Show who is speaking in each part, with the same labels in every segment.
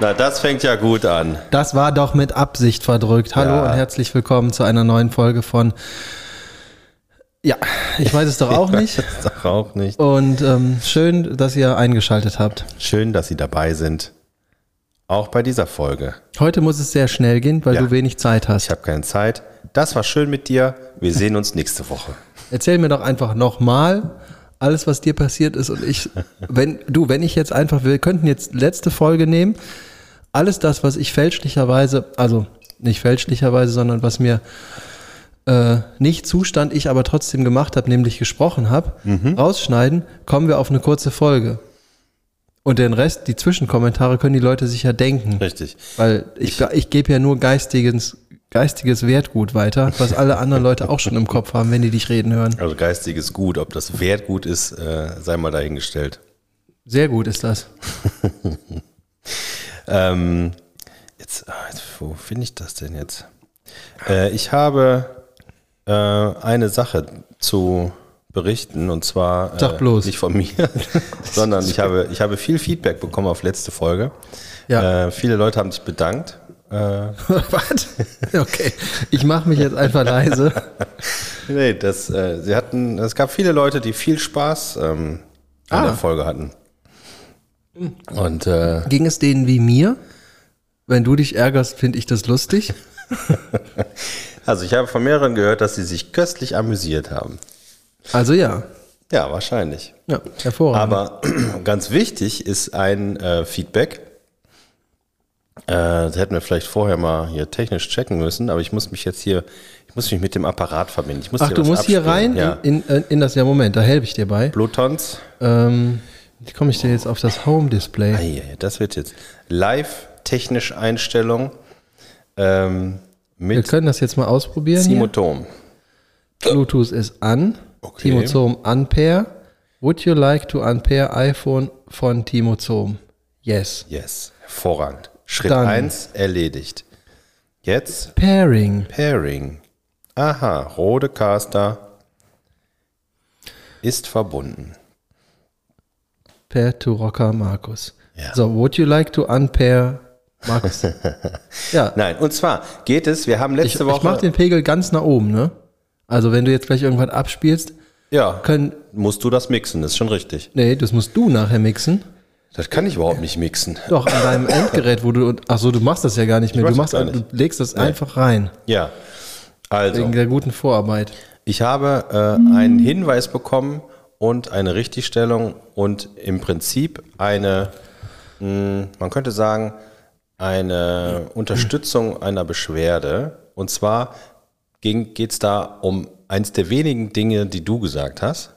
Speaker 1: Na, das fängt ja gut an.
Speaker 2: Das war doch mit Absicht verdrückt. Hallo
Speaker 1: Ja.
Speaker 2: und herzlich willkommen zu einer neuen Folge von. Ja, ich weiß es doch auch nicht.
Speaker 1: Das ist doch auch nicht.
Speaker 2: Und ähm, schön, dass ihr eingeschaltet habt.
Speaker 1: Schön, dass Sie dabei sind. Auch bei dieser Folge.
Speaker 2: Heute muss es sehr schnell gehen, weil
Speaker 1: Ja.
Speaker 2: du wenig Zeit
Speaker 1: Ich
Speaker 2: hast.
Speaker 1: habe keine Zeit. Das war schön mit dir. Wir sehen uns nächste Woche.
Speaker 2: Erzähl mir doch einfach nochmal alles, was dir passiert ist. Und ich, wenn du, wenn ich jetzt einfach, wir könnten jetzt letzte Folge nehmen. Alles das, was ich fälschlicherweise, also nicht fälschlicherweise, sondern was mir äh, nicht zustand, ich aber trotzdem gemacht habe, nämlich gesprochen habe, rausschneiden, kommen wir auf eine kurze Folge. Und den Rest, die Zwischenkommentare, können die Leute sich ja denken.
Speaker 1: Richtig.
Speaker 2: Weil ich, ich, gebe ja nur geistiges, geistiges Wertgut weiter, was alle anderen Leute auch schon im Kopf haben, wenn die dich reden hören.
Speaker 1: Also geistiges Gut. Ob das Wertgut ist, äh, sei mal dahingestellt.
Speaker 2: Sehr gut ist das.
Speaker 1: Ähm, jetzt, ah, jetzt, wo finde ich das denn jetzt? Äh, ich habe äh, eine Sache zu berichten und zwar äh,
Speaker 2: Sag bloß.
Speaker 1: nicht von mir, sondern ich habe, ich habe viel Feedback bekommen auf letzte Folge.
Speaker 2: Ja.
Speaker 1: Äh, viele Leute haben sich bedankt. Äh,
Speaker 2: Was? Okay. Ich mache mich jetzt einfach leise.
Speaker 1: nee, das, äh, sie hatten, es gab viele Leute, die viel Spaß ähm, an
Speaker 2: Ah.
Speaker 1: der Folge hatten. Und äh,
Speaker 2: Ging es denen wie mir? Wenn du dich ärgerst, finde ich das lustig.
Speaker 1: also ich habe von mehreren gehört, dass sie sich köstlich amüsiert haben.
Speaker 2: Also ja.
Speaker 1: Ja, wahrscheinlich.
Speaker 2: Ja, hervorragend.
Speaker 1: Aber ganz wichtig ist ein äh, Feedback. Äh, das hätten wir vielleicht vorher mal hier technisch checken müssen, aber ich muss mich jetzt hier, ich muss mich mit dem Apparat verbinden. Ich muss
Speaker 2: Ach,
Speaker 1: hier
Speaker 2: du
Speaker 1: was
Speaker 2: musst hier
Speaker 1: abspielen.
Speaker 2: rein
Speaker 1: Ja.
Speaker 2: in, in, in das, ja Moment, da helfe ich dir bei.
Speaker 1: Blutons.
Speaker 2: Ähm, wie komme ich denn jetzt auf das Home-Display?
Speaker 1: Eieiei, das wird jetzt live-technisch Einstellung ähm,
Speaker 2: Wir
Speaker 1: mit
Speaker 2: können das jetzt mal ausprobieren. hier.
Speaker 1: Simotom.
Speaker 2: Bluetooth ist an.
Speaker 1: Okay.
Speaker 2: Timo Zoom unpair. Would you like to unpair iPhone von Timo Zoom? Yes.
Speaker 1: Yes, hervorragend. Schritt
Speaker 2: Dann.
Speaker 1: 1 erledigt. Jetzt
Speaker 2: Pairing.
Speaker 1: Pairing. Aha, Rodecaster ist verbunden.
Speaker 2: Pair to Rocker Markus.
Speaker 1: Ja.
Speaker 2: So, would you like to unpair Markus? ja,
Speaker 1: Nein, und zwar geht es, wir haben
Speaker 2: ich,
Speaker 1: letzte
Speaker 2: ich
Speaker 1: Woche.
Speaker 2: mach den Pegel ganz nach oben, ne? Also, wenn du jetzt gleich irgendwas abspielst,
Speaker 1: ja,
Speaker 2: können.
Speaker 1: musst du das mixen, ist schon richtig.
Speaker 2: Nee, das musst du nachher mixen.
Speaker 1: Das kann ich überhaupt nicht mixen.
Speaker 2: Doch, an deinem Endgerät, wo du. Ach so, du machst das ja gar nicht mehr.
Speaker 1: mach's
Speaker 2: Du, machst,
Speaker 1: gar
Speaker 2: du legst das einfach rein.
Speaker 1: Ja.
Speaker 2: Wegen
Speaker 1: Also,
Speaker 2: der guten Vorarbeit.
Speaker 1: ich habe äh, einen Hinweis bekommen und eine Richtigstellung und im Prinzip eine, mh, man könnte sagen, eine Unterstützung einer Beschwerde. Und zwar geht es da um eins der wenigen Dinge, die du gesagt hast.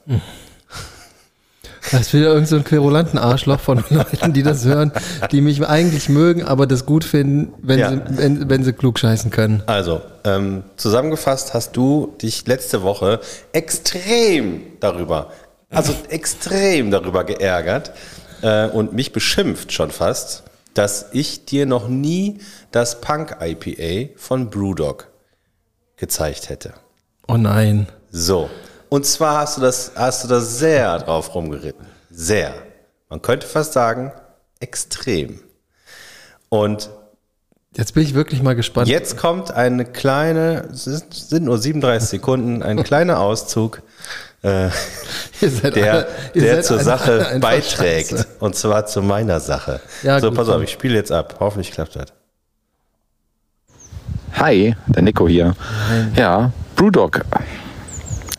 Speaker 2: Da ist wieder irgendein so ein querulanten Arschloch von Leuten, die das hören, die mich eigentlich mögen, aber das gut finden, wenn,
Speaker 1: Ja.
Speaker 2: sie, wenn, wenn sie klug scheißen können.
Speaker 1: Also, ähm, zusammengefasst hast du dich letzte Woche extrem darüber, also extrem darüber geärgert äh, und mich beschimpft schon fast, dass ich dir noch nie das Punk IPA von Brewdog gezeigt hätte.
Speaker 2: Oh nein.
Speaker 1: So. Und zwar hast du das, hast du da sehr drauf rumgeritten. Sehr. Man könnte fast sagen, extrem. Und
Speaker 2: Jetzt bin ich wirklich mal gespannt.
Speaker 1: Jetzt kommt eine kleine, es ist- sind nur 37 Sekunden, ein kleiner Auszug,
Speaker 2: Ihr seid
Speaker 1: der,
Speaker 2: alle- ihr
Speaker 1: der
Speaker 2: seid
Speaker 1: zur
Speaker 2: alle- alle
Speaker 1: Sache
Speaker 2: einfach
Speaker 1: beiträgt.
Speaker 2: scheiße.
Speaker 1: Und zwar zu meiner Sache.
Speaker 2: Ja,
Speaker 1: so,
Speaker 2: gut,
Speaker 1: pass auf,
Speaker 2: komm.
Speaker 1: ich spiele jetzt ab. Hoffentlich klappt das.
Speaker 3: Hi, der Nico hier. Ja, Brewdog.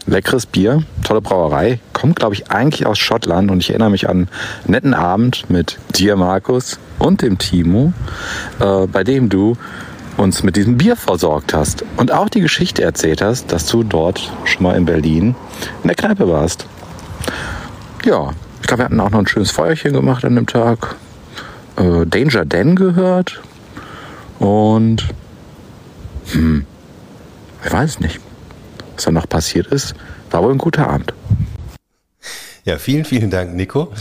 Speaker 3: Leckeres Bier, tolle Brauerei. Kommt, glaube ich, eigentlich aus Schottland und ich erinnere mich an einen netten Abend mit dir, Markus, und dem Timo, äh, bei dem du uns mit diesem Bier versorgt hast und auch die Geschichte erzählt hast, dass du dort schon mal in Berlin in der Kneipe warst. Ja, ich glaube, wir hatten auch noch ein schönes Feuerchen gemacht an dem Tag. Äh, Danger Dan gehört und ich weiß nicht, was danach passiert ist. War wohl ein guter Abend.
Speaker 1: Ja, vielen, vielen Dank, Nico.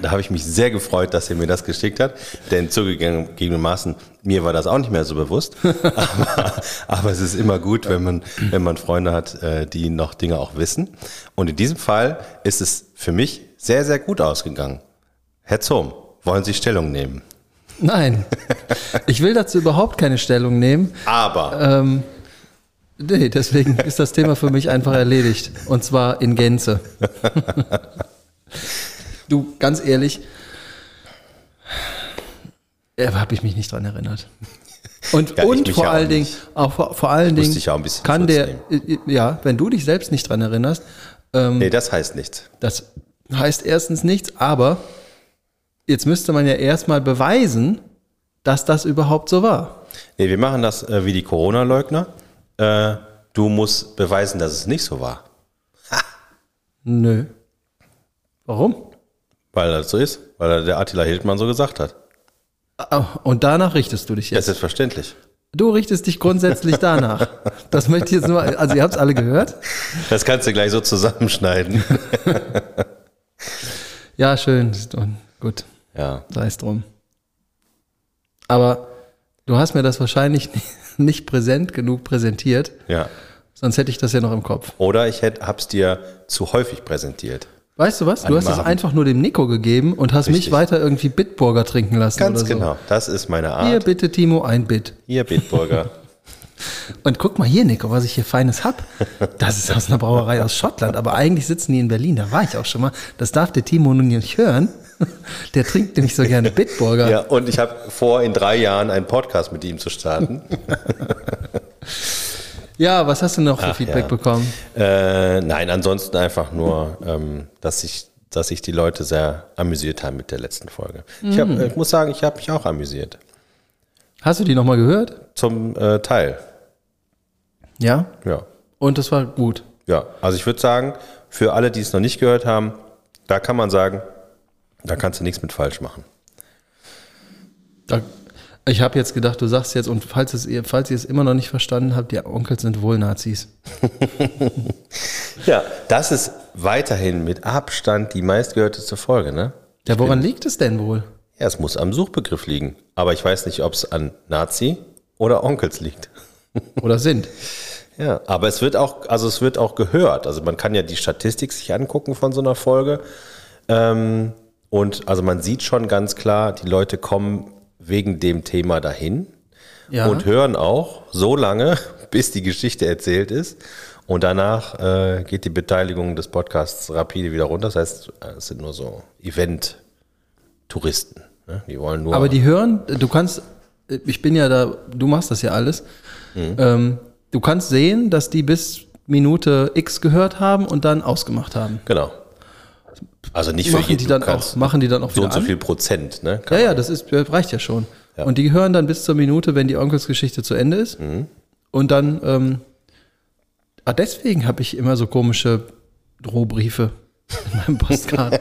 Speaker 1: Da habe ich mich sehr gefreut, dass er mir das geschickt hat, denn zugegebenermaßen, mir war das auch nicht mehr so bewusst. Aber, aber es ist immer gut, wenn man, wenn man Freunde hat, äh, die noch Dinge auch wissen. Und in diesem Fall ist es für mich sehr, sehr gut ausgegangen. Herr Zohm, Wollen Sie Stellung nehmen?
Speaker 2: Nein, ich will dazu überhaupt keine Stellung nehmen.
Speaker 1: Aber
Speaker 2: Ähm, nee, deswegen ist das Thema für mich einfach erledigt. Und zwar in Gänze. du, ganz ehrlich, äh, habe ich mich nicht dran erinnert. Und,
Speaker 1: Ja, ich
Speaker 2: und
Speaker 1: mich
Speaker 2: vor
Speaker 1: ja auch
Speaker 2: allen Dingen,
Speaker 1: nicht.
Speaker 2: auch vor, vor allen Dingen
Speaker 1: ich ja auch ein bisschen
Speaker 2: kann
Speaker 1: Schutz
Speaker 2: der, äh, ja, wenn du dich selbst nicht dran erinnerst, ähm,
Speaker 1: nee, das heißt nichts.
Speaker 2: das heißt erstens nichts, aber jetzt müsste man ja erstmal beweisen, dass das überhaupt so war.
Speaker 1: Nee, wir machen das äh, wie die Corona-Leugner. Äh, du musst beweisen, dass es nicht so war,
Speaker 2: Nö. Warum?
Speaker 1: weil das so ist, weil der Attila Hildmann so gesagt hat.
Speaker 2: Ah, Und danach richtest du dich
Speaker 1: Das
Speaker 2: jetzt.
Speaker 1: ist verständlich.
Speaker 2: Du richtest dich grundsätzlich danach. Das möchte ich jetzt nur, also ihr habt es alle gehört.
Speaker 1: Das kannst du gleich so zusammenschneiden.
Speaker 2: Ja, schön. ist doch- Gut,
Speaker 1: ja.
Speaker 2: sei es drum. Aber du hast mir das wahrscheinlich nicht präsent genug präsentiert,
Speaker 1: Ja.
Speaker 2: sonst hätte ich das ja noch im Kopf.
Speaker 1: Oder ich hätte, hab's dir zu häufig präsentiert.
Speaker 2: Weißt du was? Du hast es
Speaker 1: Abend.
Speaker 2: einfach nur dem Nico gegeben und hast mich
Speaker 1: Richtig.
Speaker 2: weiter irgendwie Bitburger trinken lassen.
Speaker 1: Ganz
Speaker 2: oder so.
Speaker 1: genau. Das ist meine
Speaker 2: Hier
Speaker 1: Art.
Speaker 2: bitte, Timo, ein Bit.
Speaker 1: Hier, Bitburger.
Speaker 2: Und guck mal hier, Nico, was ich hier Feines hab. Das ist aus einer Brauerei aus Schottland, aber eigentlich sitzen die in Berlin, da war ich auch schon mal. Das darf der Timo nun nicht hören. Der trinkt nämlich so gerne Bitburger.
Speaker 1: ja, und ich habe vor, in drei Jahren einen Podcast mit ihm zu starten.
Speaker 2: Ja, was hast du noch für
Speaker 1: Ach,
Speaker 2: Feedback
Speaker 1: ja.
Speaker 2: bekommen?
Speaker 1: Äh, nein, ansonsten einfach nur, ähm, dass ich dass sich die Leute sehr amüsiert haben mit der letzten Folge. Ich, hab, äh, ich muss sagen, ich habe mich auch amüsiert.
Speaker 2: Hast du die nochmal gehört?
Speaker 1: Zum äh, Teil.
Speaker 2: Ja.
Speaker 1: Ja.
Speaker 2: Und das war gut.
Speaker 1: ja. Also ich würde sagen, für alle, die es noch nicht gehört haben, da kann man sagen, da kannst du nichts mit falsch machen.
Speaker 2: Da, ich habe jetzt gedacht, du sagst jetzt, und falls, es, ihr- falls ihr es immer noch nicht verstanden habt, die Onkels sind wohl Nazis.
Speaker 1: Ja. Das ist weiterhin mit Abstand die meistgehörteste Folge, ne?
Speaker 2: Ja, woran liegt es denn wohl?
Speaker 1: Ja, es muss am Suchbegriff liegen. Aber ich weiß nicht, ob es an Nazi oder Onkels liegt.
Speaker 2: Oder sind?
Speaker 1: Ja, aber es wird auch, also es wird auch gehört. Also man kann ja die Statistik sich angucken von so einer Folge. Ähm, und also man sieht schon ganz klar, die Leute kommen wegen dem Thema dahin
Speaker 2: Ja.
Speaker 1: und hören auch so lange, bis die Geschichte erzählt ist. Und danach äh, geht die Beteiligung des Podcasts rapide wieder runter. Das heißt, es sind nur so Event-Touristen. Ne? Die wollen nur.
Speaker 2: Aber die hören, du kannst, ich bin ja da, du machst das ja alles.
Speaker 1: Mhm.
Speaker 2: Ähm, du kannst sehen, dass die bis Minute X gehört haben und dann ausgemacht haben.
Speaker 1: genau. Also nicht für
Speaker 2: Machen
Speaker 1: jeden.
Speaker 2: die
Speaker 1: Du
Speaker 2: dann
Speaker 1: kannst
Speaker 2: auch, machen die dann auch
Speaker 1: so
Speaker 2: wieder
Speaker 1: und so
Speaker 2: an?
Speaker 1: viel Prozent. Ne?
Speaker 2: Ja, ja, das ist, äh, reicht ja schon.
Speaker 1: Ja.
Speaker 2: Und die hören dann bis zur Minute, wenn die Onkelsgeschichte zu Ende ist.
Speaker 1: Mhm.
Speaker 2: Und dann, ähm, ah, deswegen habe ich immer so komische Drohbriefe in meinem Postkarten.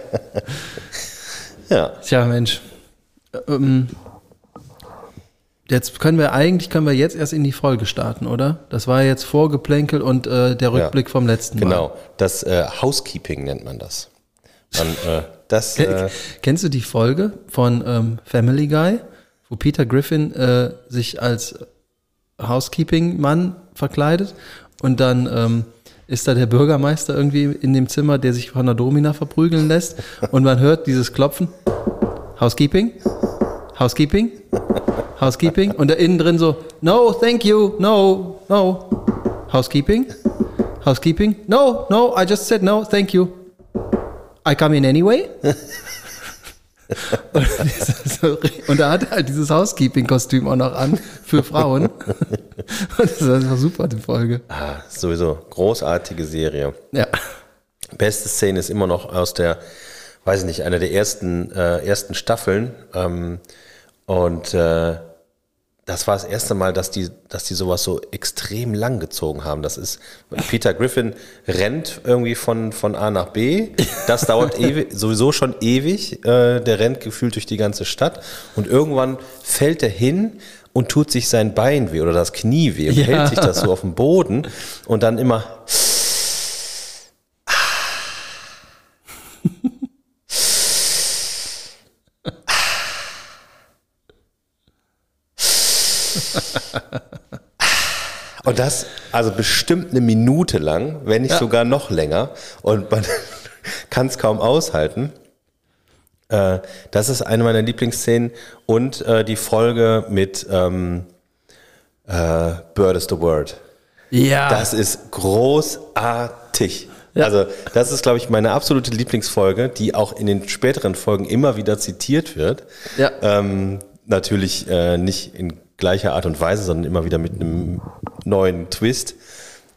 Speaker 1: ja.
Speaker 2: Tja, Mensch. Ähm, jetzt können wir eigentlich können wir jetzt erst in die Folge starten, oder? Das war jetzt Vorgeplänkel und äh, der Rückblick vom letzten Mal.
Speaker 1: Genau, das äh, Housekeeping nennt man das. Man, äh, das äh,
Speaker 2: Kennst du die Folge von ähm, Family Guy, wo Peter Griffin äh, sich als Housekeeping-Mann verkleidet und dann ähm, ist da der Bürgermeister irgendwie in dem Zimmer, der sich von der Domina verprügeln lässt und man hört dieses Klopfen. Housekeeping? Housekeeping? Housekeeping? Und da innen drin so, no, thank you, no, no. Housekeeping? Housekeeping? No, no, I just said no, thank you. I come in anyway? Und das ist so ri- Und da hat er halt dieses Housekeeping-Kostüm auch noch an für Frauen. Und das war super, die Folge.
Speaker 1: ah, sowieso großartige Serie.
Speaker 2: Ja.
Speaker 1: Beste Szene ist immer noch aus der, weiß ich nicht, einer der ersten, äh, ersten Staffeln. Ähm, und äh, das war das erste Mal, dass die, dass die sowas so extrem lang gezogen haben. Das ist, Peter Griffin rennt irgendwie von, von A nach B. Das dauert ewi- sowieso schon ewig. Äh, der rennt gefühlt durch die ganze Stadt. Und irgendwann fällt er hin und tut sich sein Bein weh oder das Knie weh und
Speaker 2: Ja.
Speaker 1: hält sich das so auf dem Boden und dann immer Und das, also bestimmt eine Minute lang, wenn Äh, das ist eine meiner Lieblingsszenen und äh, die Folge mit ähm, äh, Bird is the Word.
Speaker 2: Ja.
Speaker 1: Das ist großartig. Also, das ist, glaube ich, meine absolute Lieblingsfolge, die auch in den späteren Folgen immer wieder zitiert wird.
Speaker 2: Ja.
Speaker 1: Ähm, natürlich äh, nicht in gleicher Art und Weise, sondern immer wieder mit einem neuen Twist.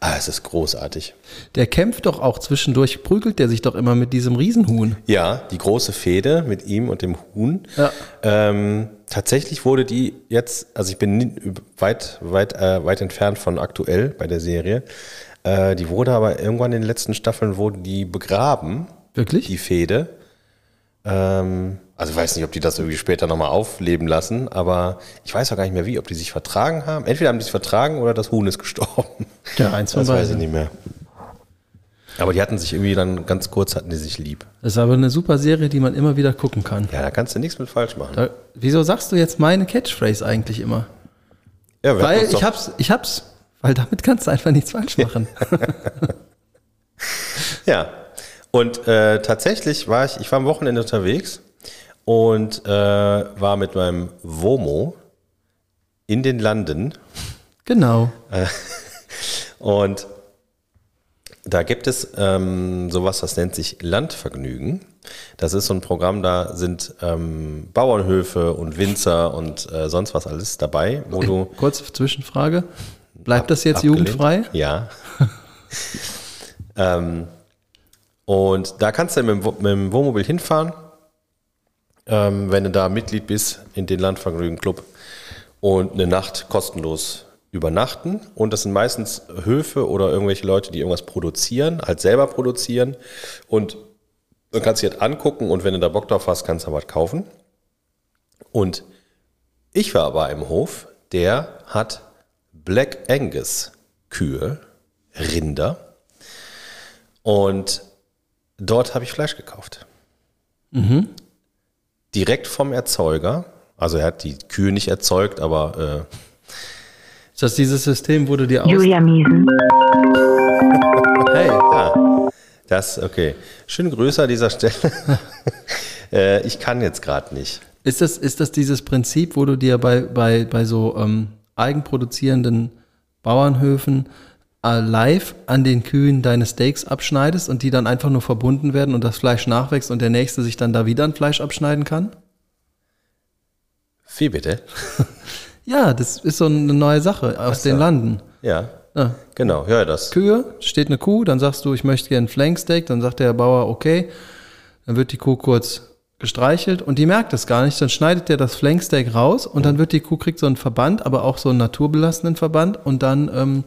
Speaker 1: Ah, es ist großartig.
Speaker 2: der kämpft doch auch zwischendurch, prügelt der sich doch immer mit diesem Riesenhuhn.
Speaker 1: Ja, die große Fehde mit ihm und dem Huhn.
Speaker 2: Ja.
Speaker 1: Ähm, tatsächlich wurde die jetzt, also ich bin nie- weit, weit, äh, weit entfernt von aktuell bei der Serie. Äh, die wurde aber irgendwann in den letzten Staffeln wurde die begraben,
Speaker 2: Wirklich?
Speaker 1: die Fehde. Ähm, also ich weiß nicht, ob die das irgendwie später nochmal aufleben lassen, aber ich weiß auch gar nicht mehr wie, ob die sich vertragen haben. Entweder haben die sich vertragen oder das Huhn ist gestorben.
Speaker 2: Ja, eins von
Speaker 1: Das weiß ich
Speaker 2: beiden.
Speaker 1: nicht mehr. Aber die hatten sich irgendwie dann ganz kurz, hatten die sich lieb.
Speaker 2: Das ist aber eine super Serie, die man immer wieder gucken kann.
Speaker 1: Ja, da kannst du nichts mit falsch machen.
Speaker 2: Da, wieso sagst du jetzt meine Catchphrase eigentlich immer?
Speaker 1: Ja, wir hatten
Speaker 2: Weil
Speaker 1: uns doch-
Speaker 2: ich hab's, ich hab's. Weil damit kannst du einfach nichts falsch machen.
Speaker 1: Ja. Und äh, tatsächlich war ich, ich war am Wochenende unterwegs und äh, war mit meinem Womo in den Landen
Speaker 2: genau.
Speaker 1: und da gibt es ähm, sowas, das nennt sich Landvergnügen. Das ist so ein Programm, da sind ähm, Bauernhöfe und Winzer und äh, sonst was alles dabei, wo du
Speaker 2: Kurze Zwischenfrage. Bleibt das jetzt
Speaker 1: Abgelehnt.
Speaker 2: jugendfrei?
Speaker 1: Ja. ähm, und da kannst du mit dem, Wo- mit dem Wohnmobil hinfahren, ähm, wenn du da Mitglied bist in den Landvergnügen Club und eine Nacht kostenlos übernachten. Und das sind meistens Höfe oder irgendwelche Leute, die irgendwas produzieren, halt selber produzieren. Und dann kannst du dir das halt angucken und wenn du da Bock drauf hast, kannst du da was kaufen. Und ich war aber im Hof, der hat Black Angus Kühe, Rinder. Und dort habe ich Fleisch gekauft. Mhm. Direkt vom Erzeuger. Also er hat die Kühe nicht erzeugt, aber äh,
Speaker 2: Ist das dieses System, wo du dir aus...
Speaker 4: Julia Miesen.
Speaker 2: Hey,
Speaker 1: das, okay. Schöne Grüße an dieser Stelle. äh, ich kann jetzt gerade nicht.
Speaker 2: ist das, ist das dieses Prinzip, wo du dir bei, bei, bei so ähm, eigenproduzierenden Bauernhöfen äh, live an den Kühen deine Steaks abschneidest und die dann einfach nur verbunden werden und das Fleisch nachwächst und der Nächste sich dann da wieder ein Fleisch abschneiden kann?
Speaker 1: Wie bitte?
Speaker 2: Ja, das ist so eine neue Sache aus den Landen.
Speaker 1: Ja,
Speaker 2: Ja.
Speaker 1: genau. Ja, das.
Speaker 2: Kühe, steht eine Kuh, dann sagst du, ich möchte gerne ein Flanksteak, dann sagt der Bauer, okay, dann wird die Kuh kurz gestreichelt und die merkt es gar nicht, dann schneidet der das Flanksteak raus und dann wird die Kuh, kriegt so einen Verband, aber auch so einen naturbelassenen Verband und dann ähm,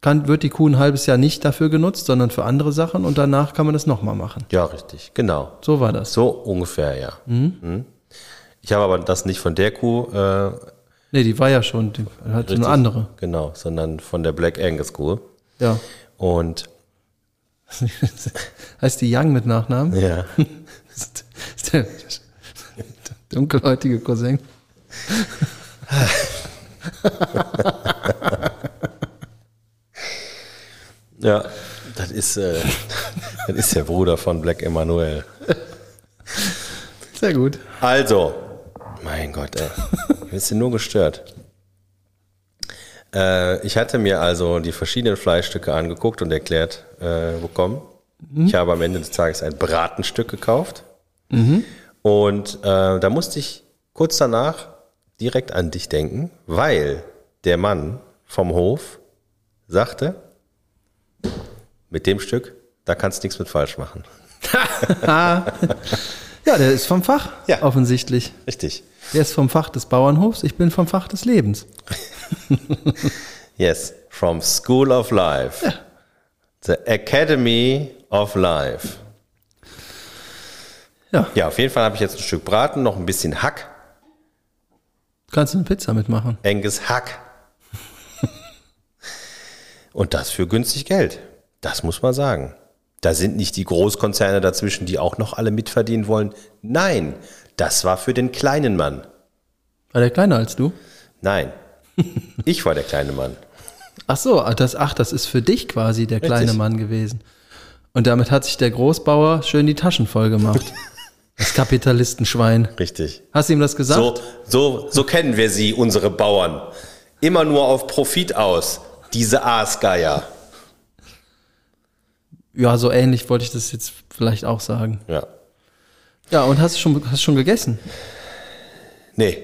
Speaker 2: kann, wird die Kuh ein halbes Jahr nicht dafür genutzt, sondern für andere Sachen und danach kann man das nochmal machen.
Speaker 1: Ja, richtig. Genau.
Speaker 2: So war das.
Speaker 1: So ungefähr, ja. Mhm. Ich habe aber das nicht von der Kuh äh,
Speaker 2: Nee, die war ja schon, die hat eine
Speaker 1: Richtig.
Speaker 2: andere.
Speaker 1: Genau, sondern von der Black Angus Kuh.
Speaker 2: Ja.
Speaker 1: Und
Speaker 2: heißt die Young mit Nachnamen?
Speaker 1: ja,
Speaker 2: Ist der dunkelhäutige Cousin.
Speaker 1: ja, das ist, äh, das ist der Bruder von Black Emanuel.
Speaker 2: Sehr gut.
Speaker 1: Also, mein Gott, ey, ich bin nur gestört. Äh, ich hatte mir also die verschiedenen Fleischstücke angeguckt und erklärt äh, bekommen. Ich habe am Ende des Tages ein Bratenstück gekauft. Und äh, da musste ich kurz danach direkt an dich denken, weil der Mann vom Hof sagte, mit dem Stück, da kannst du nichts mit falsch machen.
Speaker 2: Ja, der ist vom Fach,
Speaker 1: Ja.
Speaker 2: offensichtlich.
Speaker 1: Richtig.
Speaker 2: Der ist vom Fach des Bauernhofs, ich bin vom Fach des Lebens.
Speaker 1: Yes, from School of Life. The Academy of Life.
Speaker 2: Ja,
Speaker 1: Ja, auf jeden Fall habe ich jetzt ein Stück Braten, noch ein bisschen Hack.
Speaker 2: kannst du eine Pizza mitmachen.
Speaker 1: Enges Hack. Und das für günstig Geld. Das muss man sagen. Da sind nicht die Großkonzerne dazwischen, die auch noch alle mitverdienen wollen. Nein, das war für den kleinen Mann.
Speaker 2: War der kleiner als du?
Speaker 1: Nein, ich war der kleine Mann.
Speaker 2: Ach so, ah, das, ach, das ist für dich quasi der kleine
Speaker 1: Richtig.
Speaker 2: Mann gewesen. Und damit hat sich der Großbauer schön die Taschen voll gemacht. Das Das Kapitalistenschwein.
Speaker 1: Richtig.
Speaker 2: Hast du ihm das gesagt?
Speaker 1: So, so, so kennen wir sie, unsere Bauern. Immer nur auf Profit aus. Diese Aasgeier.
Speaker 2: Ja, so ähnlich wollte ich das jetzt vielleicht auch sagen.
Speaker 1: Ja.
Speaker 2: Ja, und hast du schon, hast schon gegessen?
Speaker 1: Nee,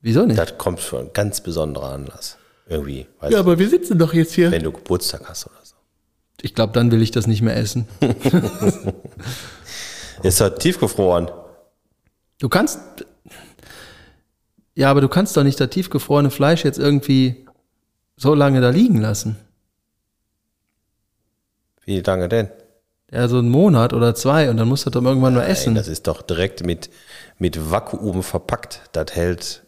Speaker 2: Wieso nicht?
Speaker 1: das kommt für einen ganz besonderen Anlass. Irgendwie. Weiß ich,
Speaker 4: Ja, aber wir sitzen doch jetzt hier.
Speaker 1: wenn du Geburtstag hast oder so.
Speaker 2: Ich glaube, dann will ich das nicht mehr essen.
Speaker 1: Ist halt tiefgefroren.
Speaker 2: Du kannst. Ja, aber du kannst doch nicht das tiefgefrorene Fleisch jetzt irgendwie so lange da liegen lassen.
Speaker 1: Wie lange denn?
Speaker 2: Ja, so einen Monat oder zwei und dann musst du das doch irgendwann mal
Speaker 1: Nein,
Speaker 2: essen.
Speaker 1: das ist doch direkt mit, mit Vakuum verpackt. Das hält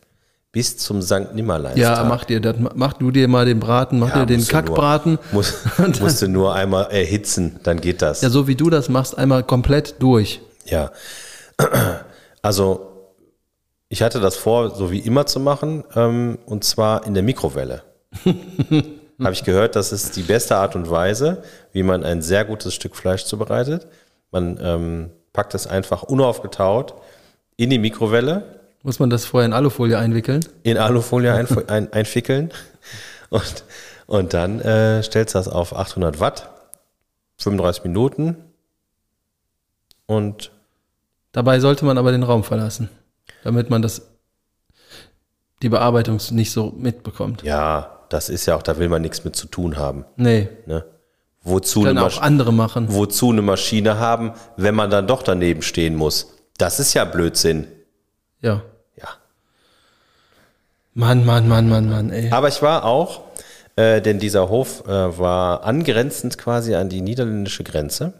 Speaker 1: bis zum Sankt Nimmerleinstag.
Speaker 2: ja, mach dir das, mach du dir mal den Braten, mach
Speaker 1: Ja,
Speaker 2: dir den
Speaker 1: musst du nur-
Speaker 2: Kackbraten.
Speaker 1: Muss,
Speaker 2: Und dann-
Speaker 1: musst du nur einmal erhitzen, dann geht das.
Speaker 2: Ja, so wie du das machst, einmal komplett durch.
Speaker 1: Ja. Also, ich hatte das vor, so wie immer zu machen, ähm, und zwar in der Mikrowelle. Habe ich gehört, das ist die beste Art und Weise, wie man ein sehr gutes Stück Fleisch zubereitet. Man ähm, packt es einfach unaufgetaut in die Mikrowelle,
Speaker 2: Muss man das vorher in Alufolie einwickeln?
Speaker 1: in Alufolie einf- ein, einfickeln und, und dann äh, stellst du das auf 800 Watt, 35 Minuten und
Speaker 2: Dabei sollte man aber den Raum verlassen, damit man das die Bearbeitung nicht so mitbekommt.
Speaker 1: Ja, das ist ja auch, da will man nichts mit zu tun haben.
Speaker 2: Nee,
Speaker 1: Ne? Wozu, eine
Speaker 2: können auch
Speaker 1: Masch-
Speaker 2: andere machen.
Speaker 1: wozu eine Maschine haben, wenn man dann doch daneben stehen muss? Das ist ja Blödsinn.
Speaker 2: Ja.
Speaker 1: Ja.
Speaker 2: Mann, Mann, Mann, Mann, Mann, ey.
Speaker 1: Aber ich war auch, äh, denn dieser Hof äh, war angrenzend quasi an die niederländische Grenze.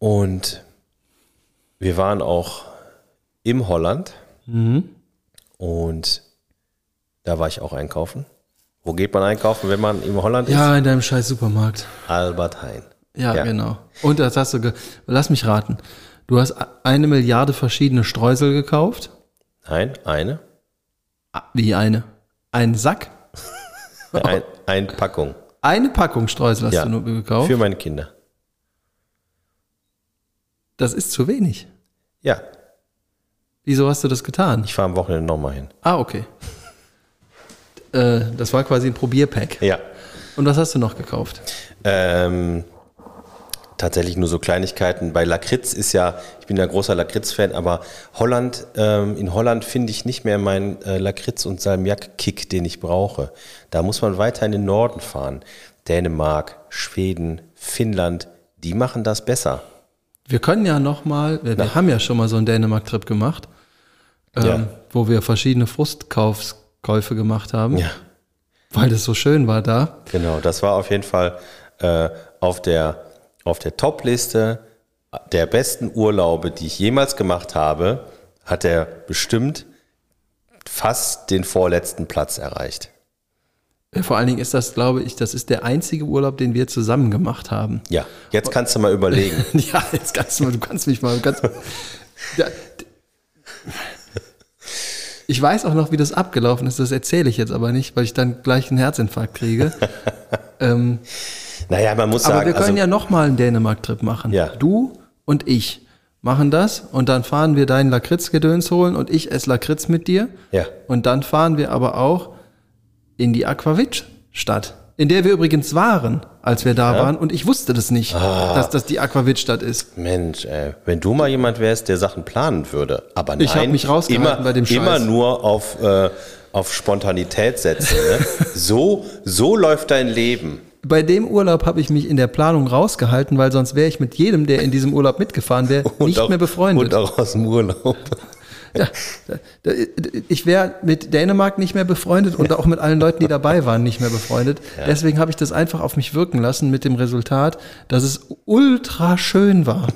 Speaker 1: Und wir waren auch im Holland. Und da war ich auch einkaufen. Wo geht man einkaufen, wenn man im Holland
Speaker 2: Ja, in deinem scheiß Supermarkt.
Speaker 1: ist? Albert Heijn.
Speaker 2: Ja,
Speaker 1: Ja.
Speaker 2: genau. Und das hast du, ge lass mich raten. Du hast a- eine Milliarde verschiedene Streusel gekauft.
Speaker 1: Nein, eine.
Speaker 2: Ah, Wie eine? Ein Sack?
Speaker 1: Ein, ein Packung
Speaker 2: Eine Packung Streusel hast
Speaker 1: Ja.
Speaker 2: du nur gekauft.
Speaker 1: für meine Kinder.
Speaker 2: das ist zu wenig.
Speaker 1: Ja,
Speaker 2: Wieso hast du das getan?
Speaker 1: ich fahre am Wochenende nochmal hin.
Speaker 2: Ah, okay. äh, das war quasi ein Probierpack.
Speaker 1: Ja.
Speaker 2: Und was hast du noch gekauft?
Speaker 1: Ähm, tatsächlich nur so Kleinigkeiten. Bei Lakritz ist ja, ich bin ja großer Lakritz-Fan, aber Holland, ähm, in Holland finde ich nicht mehr meinen äh, Lakritz- und Salmiak-Kick, den ich brauche. Da muss man weiter in den Norden fahren. Dänemark, Schweden, Finnland, die machen das besser.
Speaker 2: Wir können ja noch mal, wir, wir haben ja schon mal so einen Dänemark-Trip gemacht, ähm,
Speaker 1: Ja.
Speaker 2: wo wir verschiedene Frustkaufskäufe gemacht haben,
Speaker 1: Ja.
Speaker 2: weil das so schön war da.
Speaker 1: Genau, das war auf jeden Fall äh, auf der, auf der Top-Liste der besten Urlaube, die ich jemals gemacht habe, hat er bestimmt fast den vorletzten Platz erreicht.
Speaker 2: Ja, Äh, Vor allen Dingen ist das, glaube ich, das ist der einzige Urlaub, den wir zusammen gemacht haben.
Speaker 1: Ja, jetzt kannst du mal überlegen.
Speaker 2: Ja, jetzt kannst du, mal- du kannst mich mal. Du kannst, ja, d- ich weiß auch noch, wie das abgelaufen ist. Das erzähle ich jetzt aber nicht, weil ich dann gleich einen Herzinfarkt kriege. ähm,
Speaker 1: Naja, man muss
Speaker 2: aber
Speaker 1: sagen,
Speaker 2: wir können
Speaker 1: also,
Speaker 2: ja noch mal einen Dänemark-Trip machen.
Speaker 1: Ja.
Speaker 2: Du und ich machen das und dann fahren wir deinen Lakritz-Gedöns holen und ich esse Lakritz mit dir.
Speaker 1: Ja.
Speaker 2: Und dann fahren wir aber auch in die Aquavit-Stadt, in der wir übrigens waren, als wir da waren. Und ich wusste das nicht,
Speaker 1: Ah.
Speaker 2: dass das die Aquavit-Stadt ist.
Speaker 1: Mensch, ey, wenn du mal jemand wärst, der Sachen planen würde, aber nein,
Speaker 2: Ich hab mich rausgehalten
Speaker 1: immer,
Speaker 2: bei dem Scheiß.
Speaker 1: immer nur auf, äh, auf Spontanität setzen. Ne? so, so läuft dein Leben.
Speaker 2: Bei dem Urlaub habe ich mich in der Planung rausgehalten, weil sonst wäre ich mit jedem, der in diesem Urlaub mitgefahren wäre,
Speaker 1: Und
Speaker 2: nicht
Speaker 1: auch-
Speaker 2: mehr
Speaker 1: Und
Speaker 2: befreundet.
Speaker 1: auch aus dem Urlaub.
Speaker 2: Da- äh, Ich wäre mit Dänemark nicht mehr befreundet und auch mit allen Leuten, die dabei waren, nicht mehr befreundet. Deswegen habe ich das einfach auf mich wirken lassen mit dem Resultat, dass es ultra schön war.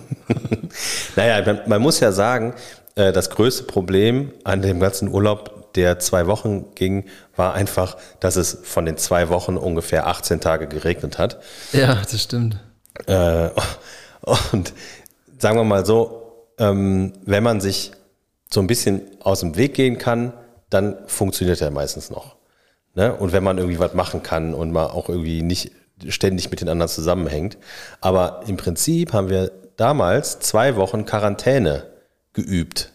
Speaker 1: Naja, man, man muss ja sagen, äh, das größte Problem an dem ganzen Urlaub, der zwei Wochen ging, war einfach, dass es von den zwei Wochen ungefähr 18 Tage geregnet hat.
Speaker 2: Ja, das stimmt.
Speaker 1: Äh, und sagen wir mal so, ähm, wenn man sich so ein bisschen aus dem Weg gehen kann, dann funktioniert er meistens noch. Ne? Und wenn man irgendwie was machen kann und mal auch irgendwie nicht ständig mit den anderen zusammenhängt. Aber im Prinzip haben wir damals zwei Wochen Quarantäne geübt.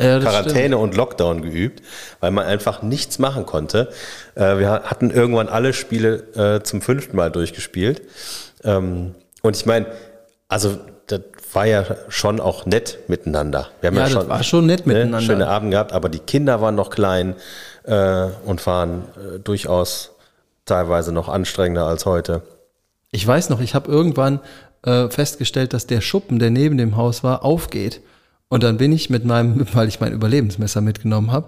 Speaker 2: Ja, das
Speaker 1: Quarantäne und Lockdown geübt, weil man einfach nichts machen konnte. Äh, wir hatten irgendwann alle Spiele äh, zum fünften Mal durchgespielt. Ähm, und ich meine, also das war ja schon auch nett miteinander. Wir haben ne,
Speaker 2: Ja, das war schon nett miteinander.
Speaker 1: Schöne Abend gehabt, aber die Kinder waren noch klein äh, und waren äh, durchaus teilweise noch anstrengender als heute.
Speaker 2: Ich weiß noch, ich habe irgendwann äh, festgestellt, dass der Schuppen, der neben dem Haus war, aufgeht. Und dann bin ich mit meinem, weil ich mein Überlebensmesser mitgenommen habe,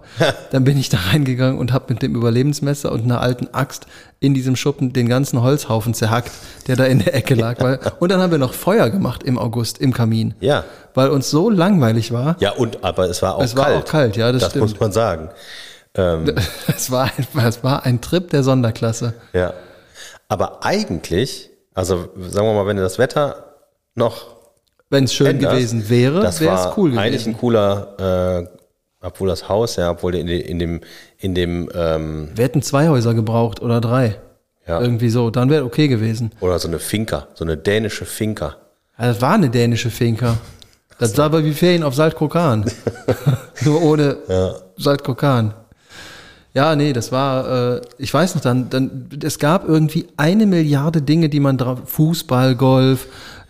Speaker 2: dann bin ich da reingegangen und habe mit dem Überlebensmesser und einer alten Axt in diesem Schuppen den ganzen Holzhaufen zerhackt, der da in der Ecke lag. Weil, und dann haben wir noch Feuer gemacht im August im Kamin.
Speaker 1: Ja.
Speaker 2: Weil uns so langweilig war.
Speaker 1: Ja, und aber es war auch
Speaker 2: Es war
Speaker 1: kalt.
Speaker 2: auch kalt, ja, das
Speaker 1: Das
Speaker 2: stimmt.
Speaker 1: muss man sagen.
Speaker 2: Es war, ein- es war ein Trip der Sonderklasse.
Speaker 1: Ja. Aber eigentlich, also sagen wir mal, wenn das Wetter noch
Speaker 2: Wenn es schön
Speaker 1: ändert,
Speaker 2: gewesen wäre,
Speaker 1: das
Speaker 2: wäre es
Speaker 1: war
Speaker 2: cool
Speaker 1: Eigentlich
Speaker 2: gewesen.
Speaker 1: ein cooler, äh, obwohl das Haus, ja, obwohl in, de- in dem, in dem, ähm,
Speaker 2: Wir hätten zwei Häuser gebraucht oder drei.
Speaker 1: Ja.
Speaker 2: Irgendwie so, dann wäre okay gewesen.
Speaker 1: oder so eine Finca, so eine dänische Finca.
Speaker 2: Ja, das war eine dänische Finca. Das war aber wie Ferien auf Saltkrokan. Nur ohne Saltkrokan. Ja, nee, das war, äh, ich weiß noch dann, dann, es gab irgendwie eine Milliarde Dinge, die man drauf, Fußball, Golf,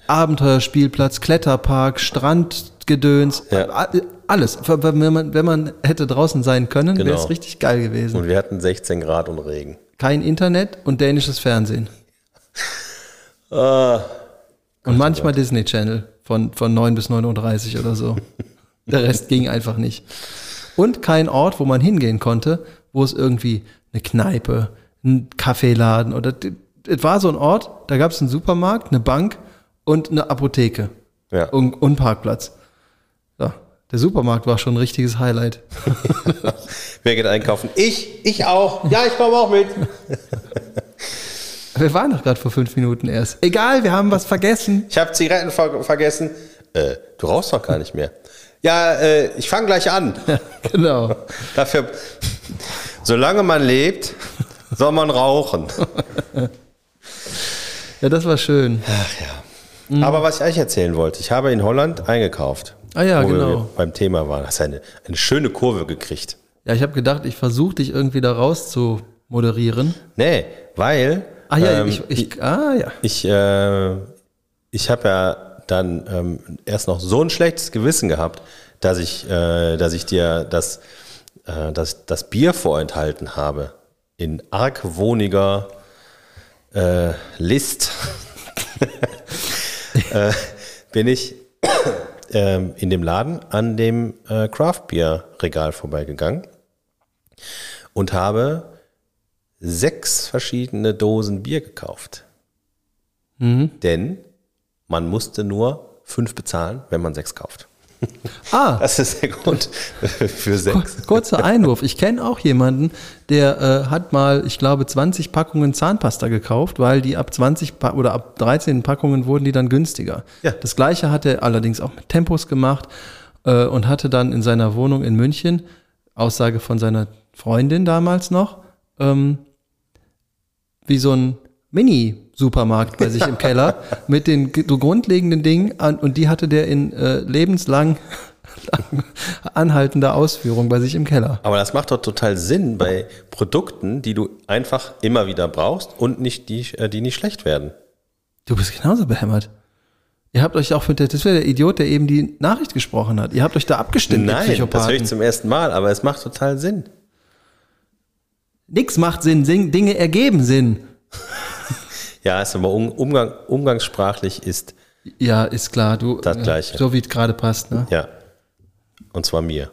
Speaker 2: Abenteuerspielplatz, Kletterpark, Strandgedöns,
Speaker 1: Ja.
Speaker 2: a- alles. Wenn man, wenn man hätte draußen sein können, wäre
Speaker 1: Genau.
Speaker 2: es richtig geil gewesen.
Speaker 1: Und wir hatten 16 Grad und Regen.
Speaker 2: Kein Internet und dänisches Fernsehen.
Speaker 1: Ah,
Speaker 2: Und manchmal Disney Channel von, von 9 bis 9.30 Uhr oder so. Der Rest ging einfach nicht. Und kein Ort, wo man hingehen konnte, wo es irgendwie eine Kneipe, ein Kaffeeladen oder. Es war so ein Ort, da gab es einen Supermarkt, eine Bank und eine Apotheke
Speaker 1: ja.
Speaker 2: und, und einen Parkplatz. Ja, der Supermarkt war schon ein richtiges Highlight.
Speaker 1: Wer geht einkaufen? Ich, ich auch. Ja, ich komme auch mit.
Speaker 2: Wir waren doch gerade vor fünf Minuten erst. Egal, wir haben was vergessen.
Speaker 1: Ich habe Zigaretten ver vergessen. Äh, du rauchst doch gar nicht mehr. Ja, äh, ich fange gleich an.
Speaker 2: genau.
Speaker 1: Dafür, solange man lebt, soll man rauchen.
Speaker 2: Ja, das war schön.
Speaker 1: Aber was ich eigentlich erzählen wollte, ich habe in Holland eingekauft.
Speaker 2: Mhm. Ah ja,
Speaker 1: wo
Speaker 2: genau.
Speaker 1: Wir beim Thema waren. Hast eine, eine schöne Kurve gekriegt.
Speaker 2: Ja, ich habe gedacht, ich versuche dich irgendwie da raus zu moderieren.
Speaker 1: Nee, weil
Speaker 2: Ah ja,
Speaker 1: ähm,
Speaker 2: ich, ich, ah ja.
Speaker 1: ich, äh, ich habe ja dann ähm, erst noch so ein schlechtes Gewissen gehabt, dass ich, äh, dass ich dir das, äh, das, das Bier vorenthalten habe. In argwohniger äh, List äh, bin ich ähm, in dem Laden an dem äh, Craft-Bier-Regal vorbeigegangen und habe sechs verschiedene Dosen Bier gekauft. Denn man musste nur fünf bezahlen, wenn man sechs kauft.
Speaker 2: Ah,
Speaker 1: Das ist der Grund für sechs.
Speaker 2: kurzer Einwurf. Ich kenne auch jemanden, der äh, hat mal, ich glaube, 20 Packungen Zahnpasta gekauft, weil die ab 20 pa oder ab 13 Packungen wurden die dann günstiger.
Speaker 1: Ja.
Speaker 2: Das gleiche hat er allerdings auch mit Tempos gemacht äh, und hatte dann in seiner Wohnung in München, Aussage von seiner Freundin damals noch, ähm, wie so ein Mini-Supermarkt bei sich im Keller mit den g- so grundlegenden Dingen an, und die hatte der in äh, lebenslang anhaltender Ausführung bei sich im Keller.
Speaker 1: Aber das macht doch total Sinn bei Produkten, die du einfach immer wieder brauchst und nicht die, äh, die nicht schlecht werden.
Speaker 2: Du bist genauso behämmert. Ihr habt euch auch mit der, das wäre der Idiot, der eben die Nachricht gesprochen hat. Ihr habt euch da abgestimmt, ihr
Speaker 1: Nein, das höre ich
Speaker 2: Psychopathen.
Speaker 1: zum ersten Mal, aber es macht total Sinn.
Speaker 2: Nix macht Sinn, Sing- Dinge ergeben Sinn.
Speaker 1: Ja, ist aber um, Umgang, umgangssprachlich ist,
Speaker 2: Ja, ist klar, du.
Speaker 1: Das
Speaker 2: äh,
Speaker 1: Gleiche.
Speaker 2: So wie es gerade passt, ne?
Speaker 1: ja. Und zwar mir.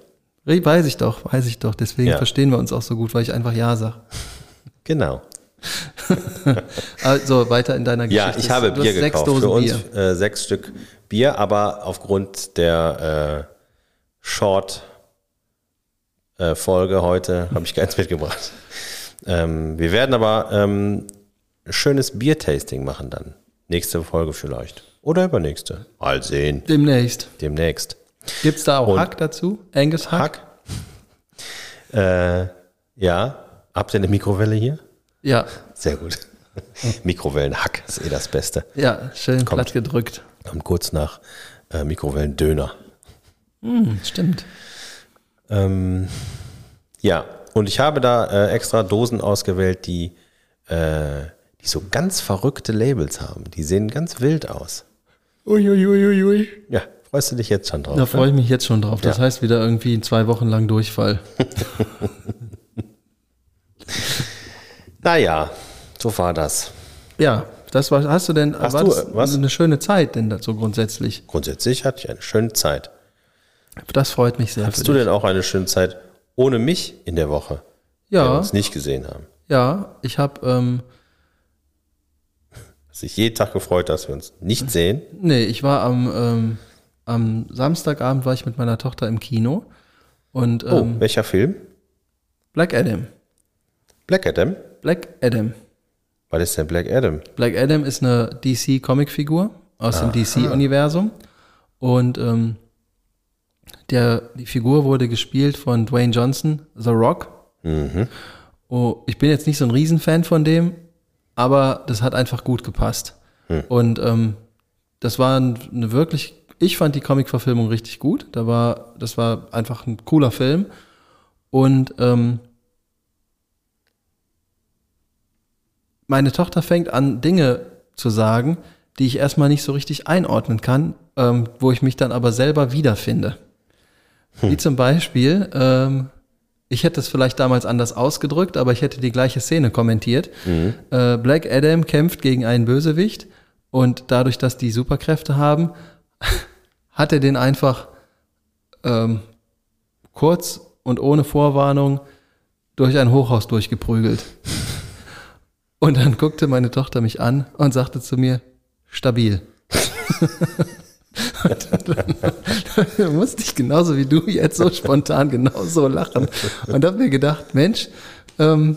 Speaker 2: Rie- Weiß ich doch, weiß ich doch. Deswegen
Speaker 1: Ja.
Speaker 2: verstehen wir uns auch so gut, weil ich einfach Ja sage.
Speaker 1: Genau.
Speaker 2: Also weiter in deiner Geschichte.
Speaker 1: Ja, ich habe
Speaker 2: Du hast
Speaker 1: Bier
Speaker 2: sechs
Speaker 1: gekauft.
Speaker 2: Dosen
Speaker 1: Für uns
Speaker 2: Bier.
Speaker 1: Äh, sechs Stück Bier, aber aufgrund der äh, Short-Folge heute habe ich keins mitgebracht. Ähm, wir werden aber ähm, schönes Biertasting machen dann. Nächste Folge vielleicht. Oder übernächste. Mal sehen.
Speaker 2: Demnächst.
Speaker 1: Demnächst.
Speaker 2: Gibt's da auch
Speaker 1: Und-
Speaker 2: Hack dazu? Angus Hack?
Speaker 1: Hack. äh, ja. Habt ihr eine Mikrowelle hier?
Speaker 2: Ja,
Speaker 1: Sehr gut. Mikrowellenhack ist eh das Beste.
Speaker 2: ja, schön platt gedrückt.
Speaker 1: Kommt kurz nach äh, Mikrowellen-Döner.
Speaker 2: Hm, stimmt.
Speaker 1: Ähm, ja, und ich habe da äh, extra Dosen ausgewählt, die, äh, die so ganz verrückte Labels haben. Die sehen ganz wild aus.
Speaker 2: Uiuiuiui. Ui, ui, ui.
Speaker 1: Ja, freust du dich jetzt schon drauf?
Speaker 2: Da
Speaker 1: ne?
Speaker 2: freue ich mich jetzt schon drauf. Das
Speaker 1: Ja.
Speaker 2: heißt wieder irgendwie zwei Wochen lang Durchfall.
Speaker 1: Naja, so war das.
Speaker 2: Ja, das war. Hast du denn
Speaker 1: Hast
Speaker 2: war
Speaker 1: du,
Speaker 2: das
Speaker 1: äh, was?
Speaker 2: eine schöne Zeit denn dazu grundsätzlich?
Speaker 1: Grundsätzlich hatte ich eine schöne Zeit.
Speaker 2: Das freut mich sehr.
Speaker 1: Hattest du denn auch eine schöne Zeit ohne mich in der Woche, wenn wir
Speaker 2: ja,
Speaker 1: uns nicht gesehen haben?
Speaker 2: ja. Ich habe ähm,
Speaker 1: Hast dich jeden Tag gefreut, dass wir uns
Speaker 2: Hm.
Speaker 1: nicht sehen?
Speaker 2: Nee, ich war am, ähm, am Samstagabend war ich mit meiner Tochter im Kino und
Speaker 1: Oh,
Speaker 2: ähm,
Speaker 1: welcher Film?
Speaker 2: Black Adam.
Speaker 1: Black Adam?
Speaker 2: Black Adam.
Speaker 1: Was ist denn Black Adam?
Speaker 2: Black Adam ist eine DC Comicfigur aus dem DC Universum und ähm, der die Figur wurde gespielt von Dwayne Johnson, The Rock. Oh, ich bin jetzt nicht so ein Riesenfan von dem, aber das hat einfach gut gepasst. Und ähm, das war ein- eine wirklich, ich fand die Comic-Verfilmung richtig gut. Da war, das war einfach ein cooler Film. Und ähm, meine Tochter fängt an, Dinge zu sagen, die ich erstmal nicht so richtig einordnen kann, ähm, wo ich mich dann aber selber wiederfinde. Wie zum Beispiel, ähm, ich hätte es vielleicht damals anders ausgedrückt, aber ich hätte die gleiche Szene kommentiert. Äh, Black Adam kämpft gegen einen Bösewicht und dadurch, dass die Superkräfte haben, hat er den einfach ähm, kurz und ohne Vorwarnung durch ein Hochhaus durchgeprügelt. Und dann guckte meine Tochter mich an und sagte zu mir, stabil. Und dann, dann musste ich genauso wie du jetzt so spontan genauso lachen. Und habe mir gedacht, Mensch, ähm,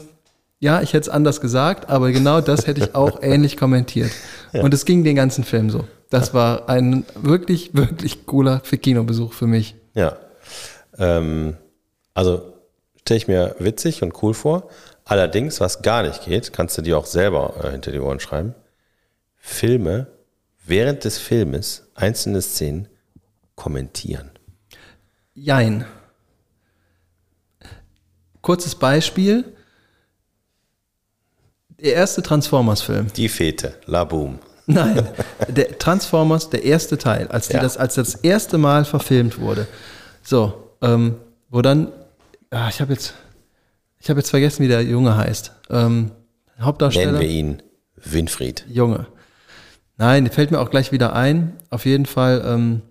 Speaker 2: ja, ich hätte es anders gesagt, aber genau das hätte ich auch ähnlich kommentiert. Und es ging den ganzen Film so. Das war ein wirklich, wirklich cooler Kinobesuch für mich.
Speaker 1: Ja. Ähm, also stelle ich mir witzig und cool vor. Allerdings, was gar nicht geht, kannst du dir auch selber äh, hinter die Ohren schreiben. Filme während des Filmes einzelne Szenen kommentieren.
Speaker 2: Jein. Kurzes Beispiel. Der erste Transformers-Film.
Speaker 1: Die Fete, La Boom.
Speaker 2: Nein, der Transformers, der erste Teil, als, die
Speaker 1: Ja.
Speaker 2: das, als das erste Mal verfilmt wurde. So, ähm, wo dann, ah, ich habe jetzt, ich habe jetzt vergessen, wie der Junge heißt. Ähm,
Speaker 1: Nennen
Speaker 2: Hauptdarsteller?
Speaker 1: wir ihn Winfried.
Speaker 2: Junge. Nein, der fällt mir auch gleich wieder ein. Auf jeden Fall ähm,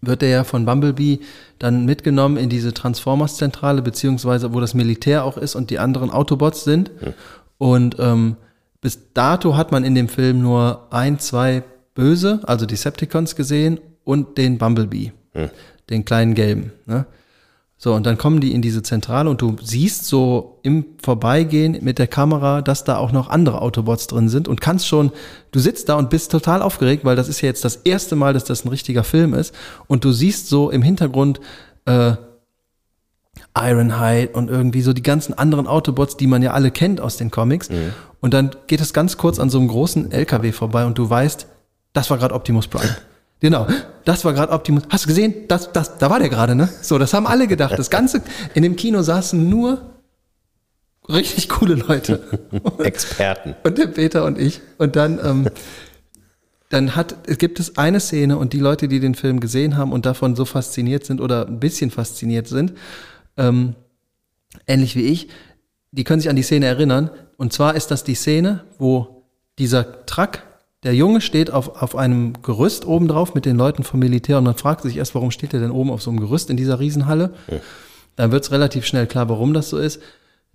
Speaker 2: wird er ja von Bumblebee dann mitgenommen in diese Transformers-Zentrale, beziehungsweise wo das Militär auch ist und die anderen Autobots sind. Und ähm, bis dato hat man in dem Film nur ein, zwei Böse, also Decepticons gesehen und den Bumblebee, den kleinen gelben. Ne? So, und dann kommen die in diese Zentrale und du siehst so im Vorbeigehen mit der Kamera, dass da auch noch andere Autobots drin sind und kannst schon, du sitzt da und bist total aufgeregt, weil das ist ja jetzt das erste Mal, dass das ein richtiger Film ist und du siehst so im Hintergrund äh, Ironhide und irgendwie so die ganzen anderen Autobots, die man ja alle kennt aus den Comics. Und dann geht es ganz kurz an so einem großen LKW vorbei und du weißt, das war gerade Optimus Prime. Genau, das war gerade Optimus. Hast du gesehen? Das, das, da war der gerade, ne? So, das haben alle gedacht. Das ganze in dem Kino saßen nur richtig coole Leute.
Speaker 1: Experten.
Speaker 2: Und der Peter und ich. Und dann, ähm, dann hat, es gibt es eine Szene und die Leute, die den Film gesehen haben und davon so fasziniert sind oder ein bisschen fasziniert sind, ähm, ähnlich wie ich, die können sich an die Szene erinnern. Und zwar ist das die Szene, wo dieser Truck, der Junge steht auf, auf einem Gerüst oben drauf mit den Leuten vom Militär und man fragt sich erst, warum steht er denn oben auf so einem Gerüst in dieser Riesenhalle? Dann wird es relativ schnell klar, warum das so ist.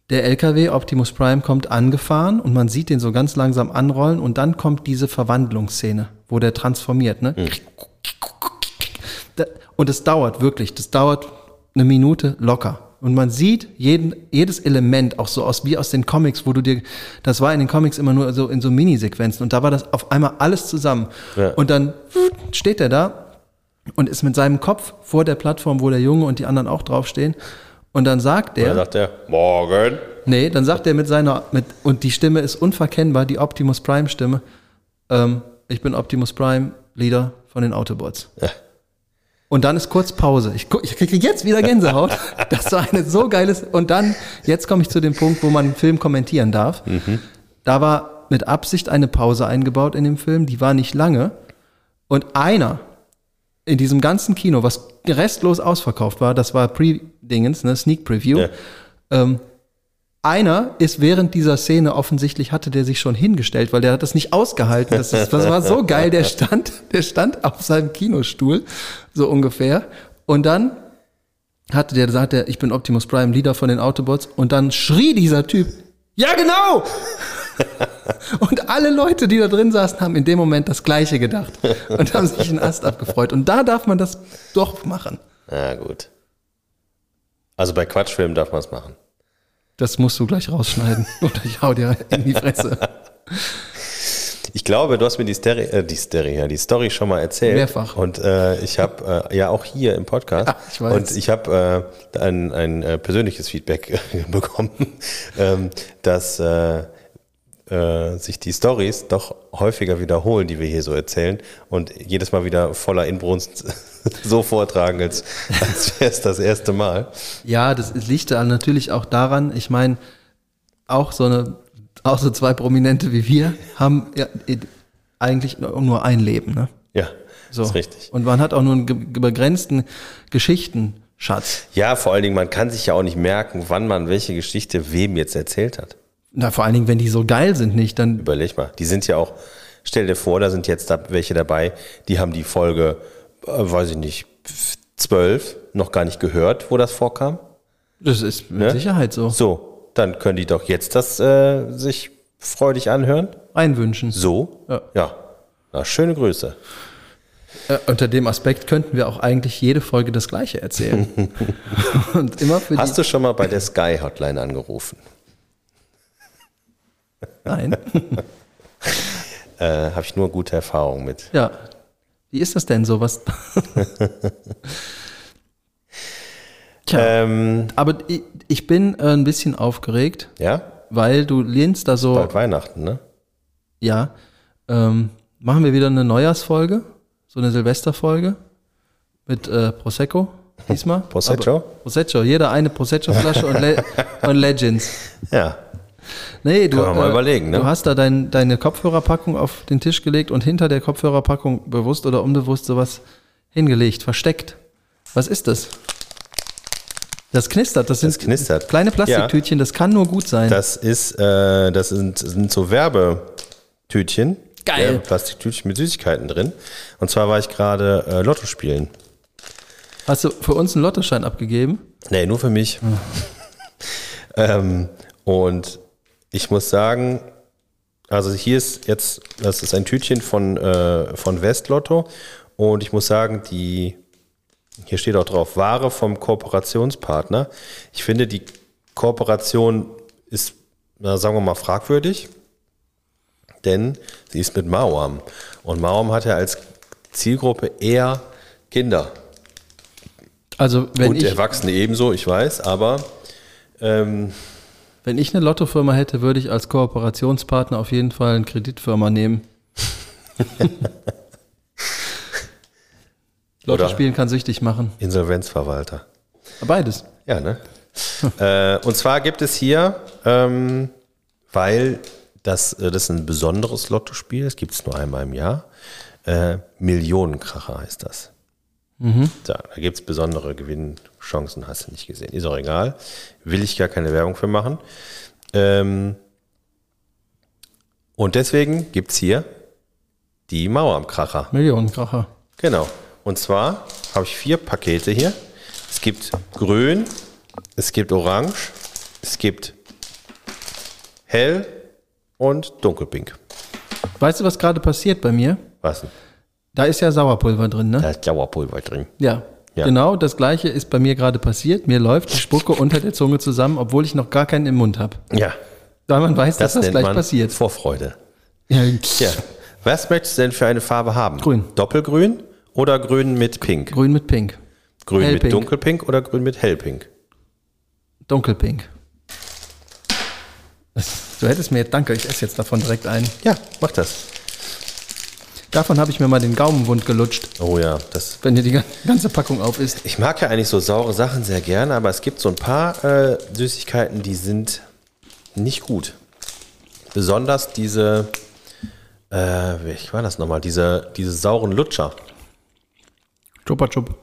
Speaker 2: Der LKW Optimus Prime kommt angefahren und man sieht den so ganz langsam anrollen und dann kommt diese Verwandlungsszene, wo der transformiert. Ne? Da- Und es dauert wirklich, das dauert eine Minute locker. Und man sieht jeden, jedes Element auch so aus wie aus den Comics, wo du dir, das war in den Comics immer nur so in so Minisequenzen und da war das auf einmal alles zusammen.
Speaker 1: Ja.
Speaker 2: Und dann steht er da und ist mit seinem Kopf vor der Plattform, wo der Junge und die anderen auch draufstehen. Und dann sagt
Speaker 1: Da
Speaker 2: er,
Speaker 1: sagt er, morgen.
Speaker 2: nee, dann sagt er mit seiner, mit, und die Stimme ist unverkennbar, die Optimus Prime Stimme, ähm, ich bin Optimus Prime, Leader von den Autobots.
Speaker 1: Ja.
Speaker 2: Und dann ist kurz Pause. Ich, gu- ich kriege jetzt wieder Gänsehaut. Das war eine so geiles. Und dann, jetzt komme ich zu dem Punkt, wo man einen Film kommentieren darf. Da war mit Absicht eine Pause eingebaut in dem Film. Die war nicht lange. Und einer in diesem ganzen Kino, was restlos ausverkauft war, das war Pre-Dingens, ne, Sneak Preview.
Speaker 1: Ja.
Speaker 2: Ähm, einer ist während dieser Szene offensichtlich hatte der sich schon hingestellt, weil der hat das nicht ausgehalten. Das, ist, das war so geil. Der stand, der stand auf seinem Kinostuhl, so ungefähr. Und dann hatte der, sagt er, ich bin Optimus Prime, Leader von den Autobots. Und dann schrie dieser Typ, ja genau! Und alle Leute, die da drin saßen, haben in dem Moment das Gleiche gedacht und haben sich einen Ast abgefreut. Und da darf man das doch machen.
Speaker 1: Na gut. Also bei Quatschfilmen darf man es machen.
Speaker 2: Das musst du gleich rausschneiden. Oder ich hau dir in die Fresse.
Speaker 1: Ich glaube, du hast mir die, Steri äh, die, Steri ja, die Story schon mal erzählt.
Speaker 2: Mehrfach.
Speaker 1: Und äh, ich habe äh, ja auch hier im Podcast.
Speaker 2: Ja, ich weiß.
Speaker 1: Und ich habe äh, ein, ein äh, persönliches Feedback bekommen, ähm, dass äh, äh, sich die Stories doch häufiger wiederholen, die wir hier so erzählen und jedes Mal wieder voller Inbrunst so vortragen, als, als wäre es das erste Mal.
Speaker 2: Ja, das liegt da natürlich auch daran, ich meine, auch so eine, auch so zwei Prominente wie wir haben ja, eh, eigentlich nur nur ein Leben, ne?
Speaker 1: Ja,
Speaker 2: So.
Speaker 1: ist richtig.
Speaker 2: Und man hat auch nur einen ge- begrenzten Geschichtenschatz.
Speaker 1: Ja, vor allen Dingen, man kann sich ja auch nicht merken, wann man welche Geschichte wem jetzt erzählt hat.
Speaker 2: Na, vor allen Dingen, wenn die so geil sind, nicht, dann
Speaker 1: Überleg mal, die sind ja auch, stell dir vor, da sind jetzt da welche dabei, die haben die Folge, äh, weiß ich nicht, 12 noch gar nicht gehört, wo das vorkam.
Speaker 2: das ist mit
Speaker 1: Ne?
Speaker 2: Sicherheit so.
Speaker 1: So, dann können die doch jetzt das äh, sich freudig anhören.
Speaker 2: Einwünschen.
Speaker 1: So,
Speaker 2: Ja.
Speaker 1: Na, schöne Grüße.
Speaker 2: Äh, unter dem Aspekt könnten wir auch eigentlich jede Folge das Gleiche erzählen. Und immer für
Speaker 1: Hast du schon mal bei der Sky Hotline angerufen?
Speaker 2: die. Nein.
Speaker 1: Äh, Habe ich nur gute Erfahrungen mit.
Speaker 2: Ja. Wie ist das denn so? Was? Tja.
Speaker 1: Ähm,
Speaker 2: Aber ich, ich bin äh, ein bisschen aufgeregt,
Speaker 1: ja,
Speaker 2: weil du lehnst da so.
Speaker 1: bald Weihnachten, ne?
Speaker 2: Ja. Ähm, machen wir wieder eine Neujahrsfolge, so eine Silvesterfolge mit äh, Prosecco diesmal.
Speaker 1: Prosecco?
Speaker 2: Aber, Prosecco, jeder eine Prosecco-Flasche und, Le und Legends.
Speaker 1: Ja.
Speaker 2: Nee, du, äh,
Speaker 1: Können wir mal überlegen, ne?
Speaker 2: du hast da dein, deine Kopfhörerpackung auf den Tisch gelegt und hinter der Kopfhörerpackung bewusst oder unbewusst sowas hingelegt, versteckt. Was ist das? Das knistert, das sind
Speaker 1: Das knistert.
Speaker 2: kleine
Speaker 1: Ja.
Speaker 2: Plastiktütchen, das kann nur gut sein.
Speaker 1: Das ist, äh, das sind, sind so Werbetütchen.
Speaker 2: Geil.
Speaker 1: Plastiktütchen mit Süßigkeiten drin. Und zwar war ich gerade äh, Lotto spielen.
Speaker 2: Hast du für uns einen Lottoschein abgegeben?
Speaker 1: Nee, nur für mich.
Speaker 2: Hm.
Speaker 1: ähm, und ich muss sagen, also hier ist jetzt, das ist ein Tütchen von, äh, von Westlotto. Und ich muss sagen, die, hier steht auch drauf, Ware vom Kooperationspartner. Ich finde, die Kooperation ist, na, sagen wir mal, fragwürdig, denn sie ist mit Mauam. Und Mauam hat ja als Zielgruppe eher Kinder.
Speaker 2: Also wenn
Speaker 1: Und
Speaker 2: ich,
Speaker 1: Erwachsene ebenso, ich weiß, aber ähm,
Speaker 2: wenn ich eine Lottofirma hätte, würde ich als Kooperationspartner auf jeden Fall eine Kreditfirma nehmen. Lotto
Speaker 1: Oder-
Speaker 2: spielen kann süchtig machen.
Speaker 1: Insolvenzverwalter.
Speaker 2: Beides.
Speaker 1: Ja, ne? äh, und zwar gibt es hier, ähm, weil das, äh, das ist ein besonderes Lottospiel, das gibt es nur einmal im Jahr. Äh, Millionenkracher heißt das. Da, da gibt es besondere Gewinnchancen, hast du nicht gesehen. Ist auch egal. Will ich gar keine Werbung für machen. Ähm, und deswegen gibt es hier die Mauer am Kracher.
Speaker 2: Millionenkracher.
Speaker 1: Genau. Und zwar habe ich vier Pakete hier. Es gibt grün, es gibt orange, es gibt hell und dunkelpink.
Speaker 2: Weißt du, was gerade passiert bei mir?
Speaker 1: Was denn?
Speaker 2: Da ist ja Sauerpulver drin, ne?
Speaker 1: Da ist Dauerpulver drin.
Speaker 2: Ja.
Speaker 1: Ja.
Speaker 2: Genau das gleiche ist bei mir gerade passiert. Mir läuft die Spucke unter der Zunge zusammen, obwohl ich noch gar keinen im Mund habe.
Speaker 1: Ja,
Speaker 2: Weil man weiß,
Speaker 1: das,
Speaker 2: dass das
Speaker 1: nennt
Speaker 2: gleich
Speaker 1: man
Speaker 2: passiert.
Speaker 1: Vorfreude.
Speaker 2: Ja.
Speaker 1: Ja. Was möchtest du denn für eine Farbe haben?
Speaker 2: Grün.
Speaker 1: Doppelgrün oder grün mit pink?
Speaker 2: Grün mit Pink.
Speaker 1: Grün mit
Speaker 2: Hellpink.
Speaker 1: dunkelpink oder grün mit hellpink?
Speaker 2: Dunkelpink. Du hättest mir jetzt, danke, ich esse jetzt davon direkt ein.
Speaker 1: Ja, mach das.
Speaker 2: Davon habe ich mir mal den Gaumenwund gelutscht,
Speaker 1: Oh ja, das.
Speaker 2: wenn ihr die gan- ganze Packung auf isst.
Speaker 1: Ich mag ja eigentlich so saure Sachen sehr gerne, aber es gibt so ein paar äh, Süßigkeiten, die sind nicht gut. Besonders diese, äh, wie war das nochmal? Diese, diese sauren Lutscher.
Speaker 2: Chupa chup.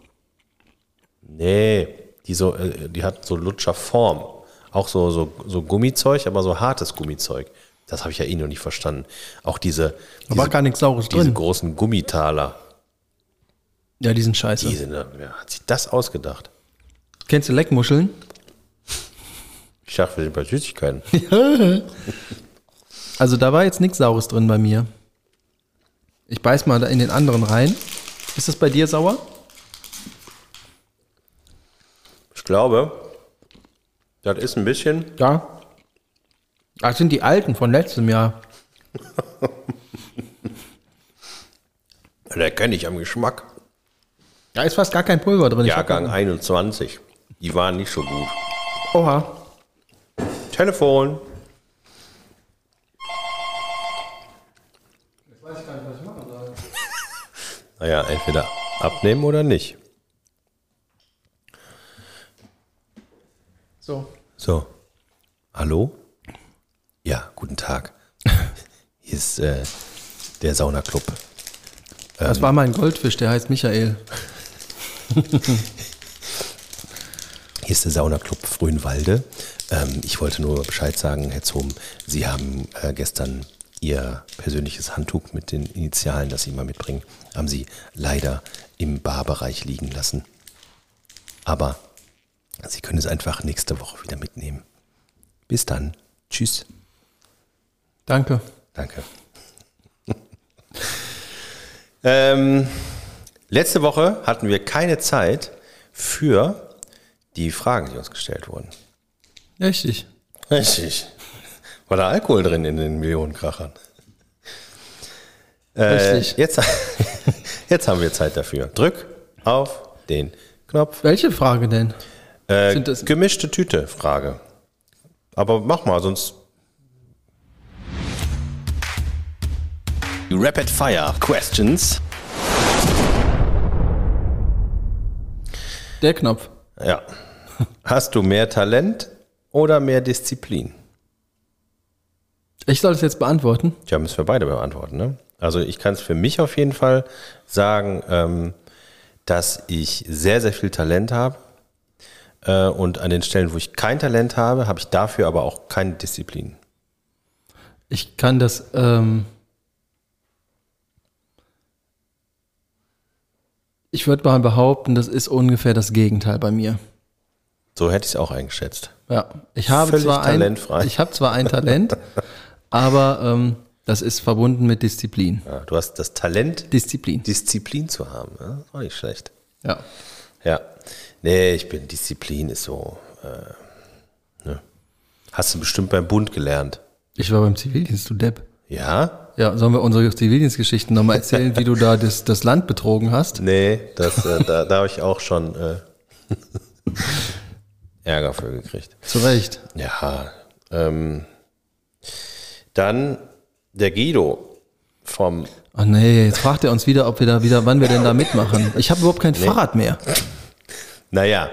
Speaker 1: Nee, die, so, äh, die hat so Lutscherform. Auch so, so, so Gummizeug, aber so hartes Gummizeug. Das habe ich ja eh noch nicht verstanden. Auch diese,
Speaker 2: Da war
Speaker 1: diese,
Speaker 2: gar nichts Saures
Speaker 1: diese
Speaker 2: drin.
Speaker 1: großen Gummitaler.
Speaker 2: Ja, die sind scheiße.
Speaker 1: Die sind, wer hat sich das ausgedacht?
Speaker 2: Kennst du Leckmuscheln?
Speaker 1: Ich dachte, wir sind bei Süßigkeiten.
Speaker 2: Also da war jetzt nichts Saures drin bei mir. Ich beiß mal da in den anderen rein. Ist das bei dir sauer?
Speaker 1: Ich glaube, das ist ein bisschen.
Speaker 2: Ja. Das Ah, sind die alten von letztem Jahr.
Speaker 1: Da kenne ich am Geschmack.
Speaker 2: Da ist fast gar kein Pulver drin. Ich hab-
Speaker 1: Jahrgang 21. Die waren nicht so gut.
Speaker 2: Oha.
Speaker 1: Telefon. Naja, entweder abnehmen oder nicht.
Speaker 2: So.
Speaker 1: So. Hallo? Ja, guten Tag. Hier ist äh, der Saunaclub.
Speaker 2: Das war mein Goldfisch, der heißt Michael.
Speaker 1: Hier ist der Saunaclub Frühenwalde. Ähm, ich wollte nur Bescheid sagen, Herr Zohm, Sie haben äh, gestern Ihr persönliches Handtuch mit den Initialen, das Sie immer mitbringen, haben Sie leider im Barbereich liegen lassen. Aber Sie können es einfach nächste Woche wieder mitnehmen. Bis dann. Tschüss.
Speaker 2: Danke.
Speaker 1: Danke. ähm, letzte Woche hatten wir keine Zeit für die Fragen, die uns gestellt wurden.
Speaker 2: Richtig.
Speaker 1: Richtig. War da Alkohol drin in den Millionenkrachern? Äh,
Speaker 2: Richtig.
Speaker 1: jetzt, jetzt haben wir Zeit dafür. Drück auf den Knopf.
Speaker 2: Welche Frage denn?
Speaker 1: Äh,
Speaker 2: Sind das-
Speaker 1: gemischte Tüte, Frage. Aber mach mal, sonst. Rapid Fire Questions.
Speaker 2: Der Knopf.
Speaker 1: Ja. Hast du mehr Talent oder mehr Disziplin?
Speaker 2: Ich soll es jetzt beantworten.
Speaker 1: Tja, müssen wir beide beantworten, ne? Also ich kann es für mich auf jeden Fall sagen, ähm, dass ich sehr, sehr viel Talent habe. Äh, und an den Stellen, wo ich kein Talent habe, habe ich dafür aber auch keine Disziplin.
Speaker 2: Ich kann das. Ähm ich würde mal behaupten, das ist ungefähr das Gegenteil bei mir.
Speaker 1: So hätte ich es auch eingeschätzt.
Speaker 2: Ja, ich habe
Speaker 1: Völlig
Speaker 2: zwar ein,
Speaker 1: talentfrei.
Speaker 2: ich habe zwar ein Talent, aber ähm, das ist verbunden mit Disziplin.
Speaker 1: Ja, du hast das Talent,
Speaker 2: Disziplin.
Speaker 1: Disziplin zu haben. Ne? Ist auch nicht schlecht.
Speaker 2: Ja.
Speaker 1: Ja. Nee, ich bin, Disziplin ist so. Äh, ne? Hast du bestimmt beim Bund gelernt.
Speaker 2: Ich war beim Zivildienst, du Depp.
Speaker 1: Ja?
Speaker 2: Ja, sollen wir unsere Zivildienstgeschichten nochmal erzählen, wie du da das, das Land betrogen hast?
Speaker 1: Nee, das, äh, da, da habe ich auch schon äh, Ärger für gekriegt.
Speaker 2: Zu Recht.
Speaker 1: Ja. Ähm, dann der Guido vom.
Speaker 2: Ach nee, jetzt fragt er uns wieder, ob wir da wieder, wann wir denn da mitmachen. Ich habe überhaupt kein Fahrrad mehr.
Speaker 1: Naja,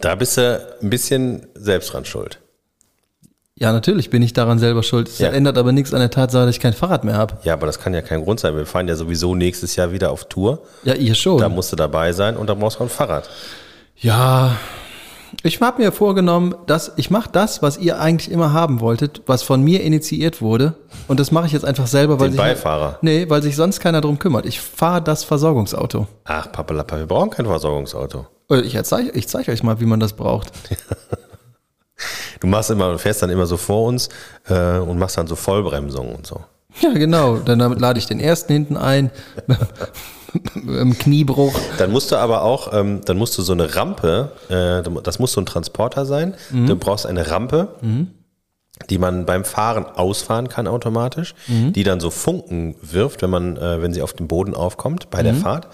Speaker 1: da bist du ein bisschen selbst dran schuld.
Speaker 2: Ja, natürlich bin ich daran selber schuld. Das
Speaker 1: Ja.
Speaker 2: ändert aber nichts an der Tatsache, dass ich kein Fahrrad mehr habe.
Speaker 1: Ja, aber das kann ja kein Grund sein. Wir fahren ja sowieso nächstes Jahr wieder auf Tour.
Speaker 2: Ja, ihr schon.
Speaker 1: Da musst du dabei sein und da brauchst du auch ein Fahrrad.
Speaker 2: Ja, ich habe mir vorgenommen, dass ich mache das, was ihr eigentlich immer haben wolltet, was von mir initiiert wurde, und das mache ich jetzt einfach selber, weil
Speaker 1: Den
Speaker 2: sich
Speaker 1: Beifahrer.
Speaker 2: nee, weil sich sonst keiner drum kümmert. Ich fahre das Versorgungsauto.
Speaker 1: Ach, Papalapa, wir brauchen kein Versorgungsauto.
Speaker 2: Äh, Ich zeige ich zeig euch mal, wie man das braucht.
Speaker 1: Du machst immer, du fährst dann immer so vor uns äh, und machst dann so Vollbremsungen und so.
Speaker 2: Ja, genau. Dann damit lade ich den ersten hinten ein, im Kniebruch.
Speaker 1: Dann musst du aber auch, ähm, dann musst du so eine Rampe, äh, das muss so ein Transporter sein.
Speaker 2: Mhm.
Speaker 1: Du brauchst eine Rampe, die man beim Fahren ausfahren kann automatisch,
Speaker 2: Mhm.
Speaker 1: die dann so Funken wirft, wenn man, äh, wenn sie auf dem Boden aufkommt bei
Speaker 2: Mhm.
Speaker 1: der Fahrt.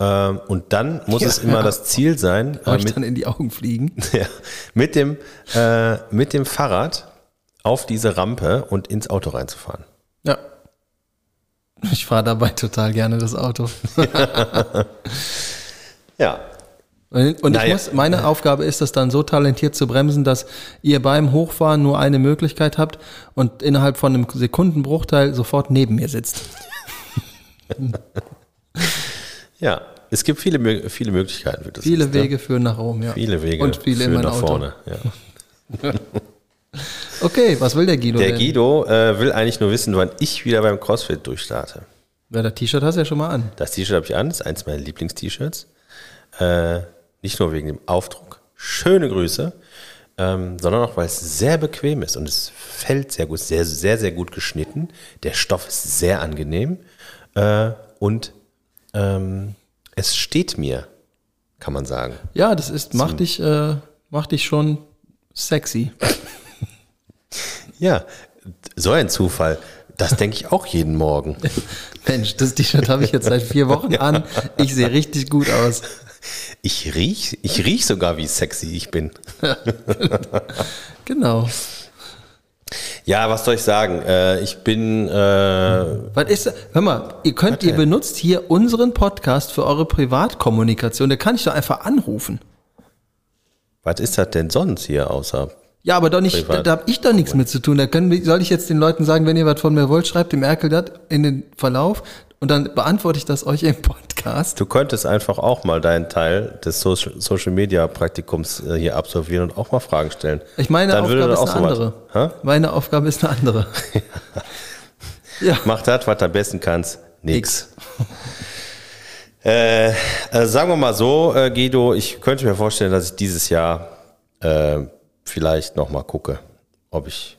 Speaker 1: Ähm, und dann muss es immer das Ziel sein, äh,
Speaker 2: Euch
Speaker 1: mit,
Speaker 2: dann in die Augen fliegen.
Speaker 1: ja, mit dem äh, mit dem Fahrrad auf diese Rampe und ins Auto reinzufahren.
Speaker 2: Ja. Ich fahre dabei total gerne das Auto.
Speaker 1: Ja.
Speaker 2: Und und ich
Speaker 1: Naja.
Speaker 2: muss, meine Aufgabe ist es dann so talentiert zu bremsen, dass ihr beim Hochfahren nur eine Möglichkeit habt und innerhalb von einem Sekundenbruchteil sofort neben mir sitzt.
Speaker 1: Ja. Es gibt viele, Mö- viele Möglichkeiten. Für das
Speaker 2: Viele
Speaker 1: jetzt, ne?
Speaker 2: Wege führen nach Rom, ja.
Speaker 1: Viele Wege.
Speaker 2: Und viele
Speaker 1: führen
Speaker 2: in mein
Speaker 1: nach
Speaker 2: Auto.
Speaker 1: vorne. Ja.
Speaker 2: Okay, was will der Guido
Speaker 1: Der
Speaker 2: denn?
Speaker 1: Guido äh, will eigentlich nur wissen, wann ich wieder beim CrossFit durchstarte.
Speaker 2: Ja, das T-Shirt hast du ja schon mal an.
Speaker 1: Das T-Shirt habe ich an, das ist eins meiner Lieblings-T-Shirts. Äh, nicht nur wegen dem Aufdruck, schöne Grüße, ähm, sondern auch, weil es sehr bequem ist und es fällt sehr gut, sehr, sehr, sehr gut geschnitten. Der Stoff ist sehr angenehm äh, und ähm, es steht mir, kann man sagen.
Speaker 2: Ja, das ist, macht dich, äh, macht dich schon sexy.
Speaker 1: Ja, so ein Zufall. Das denke ich auch jeden Morgen.
Speaker 2: Mensch, das T-Shirt habe ich jetzt seit vier Wochen an. Ich sehe richtig gut aus.
Speaker 1: Ich riech, ich riech sogar, wie sexy ich bin.
Speaker 2: Genau.
Speaker 1: Ja, was soll ich sagen? Äh, ich bin äh,
Speaker 2: Was ist, da- hör mal, ihr könnt, ihr benutzt hier unseren Podcast für eure Privatkommunikation. Da kann ich doch einfach anrufen.
Speaker 1: Was ist das denn sonst hier außer?
Speaker 2: Ja, aber doch nicht, da,
Speaker 1: Privat.
Speaker 2: da habe ich doch nichts mit zu tun. Da können, soll ich jetzt den Leuten sagen, wenn ihr was von mir wollt, schreibt dem Erkel das in den Verlauf und dann beantworte ich das euch im Podcast.
Speaker 1: Du könntest einfach auch mal deinen Teil des Social, Social Media Praktikums äh, hier absolvieren und auch mal Fragen stellen.
Speaker 2: Ich meine
Speaker 1: Dann würde das
Speaker 2: Aufgabe ist
Speaker 1: auch
Speaker 2: eine
Speaker 1: so
Speaker 2: andere.
Speaker 1: was- Hä?
Speaker 2: Meine Aufgabe ist eine andere. ja.
Speaker 1: Mach das, was du am besten kannst. Nix. Äh, sagen wir mal so, äh, Guido, ich könnte mir vorstellen, dass ich dieses Jahr äh, vielleicht nochmal gucke, ob ich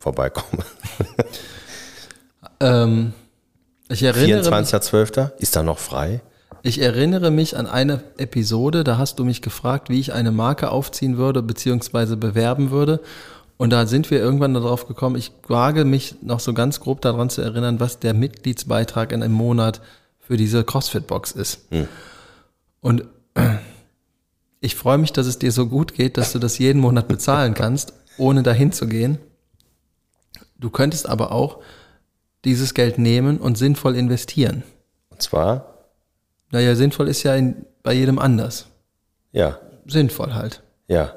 Speaker 1: vorbeikomme.
Speaker 2: Ähm, ich erinnere
Speaker 1: 24.12. ist da noch frei?
Speaker 2: Ich erinnere mich an eine Episode, da hast du mich gefragt, wie ich eine Marke aufziehen würde bzw. bewerben würde. Und da sind wir irgendwann darauf gekommen, ich wage mich noch so ganz grob daran zu erinnern, was der Mitgliedsbeitrag in einem Monat für diese CrossFit-Box ist. Und ich freue mich, dass es dir so gut geht, dass du das jeden Monat bezahlen kannst, ohne dahin zu gehen. Du könntest aber auch dieses Geld nehmen und sinnvoll investieren.
Speaker 1: Und zwar,
Speaker 2: Naja, sinnvoll ist ja in, bei jedem anders.
Speaker 1: ja,
Speaker 2: Sinnvoll halt.
Speaker 1: Ja.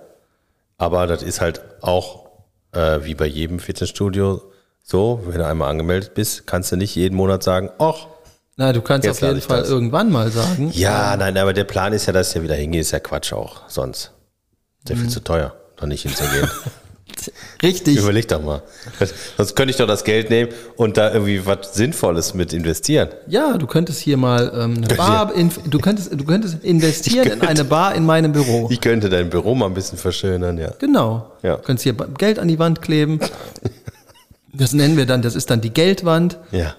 Speaker 1: Aber das ist halt auch äh, wie bei jedem Fitnessstudio so, wenn du einmal angemeldet bist, kannst du nicht jeden Monat sagen, ach,
Speaker 2: Na, du kannst
Speaker 1: Jetzt
Speaker 2: auf jeden
Speaker 1: lade ich
Speaker 2: Fall
Speaker 1: das.
Speaker 2: irgendwann mal sagen.
Speaker 1: ja, nein, aber der Plan ist ja, dass ich ja wieder hingehe, ist ja Quatsch auch sonst. Sehr viel zu teuer, da nicht hinzugehen.
Speaker 2: Richtig.
Speaker 1: Überleg doch mal. Sonst könnte ich doch das Geld nehmen und da irgendwie was Sinnvolles mit investieren.
Speaker 2: Ja, du könntest hier mal ähm, eine Bar, in, du könntest, du könntest investieren in eine Bar in meinem Büro.
Speaker 1: Ich könnte dein Büro mal ein bisschen verschönern, ja.
Speaker 2: Genau.
Speaker 1: Ja.
Speaker 2: Du könntest hier ba- Geld an die Wand kleben. Das nennen wir dann, das ist dann die Geldwand.
Speaker 1: Ja,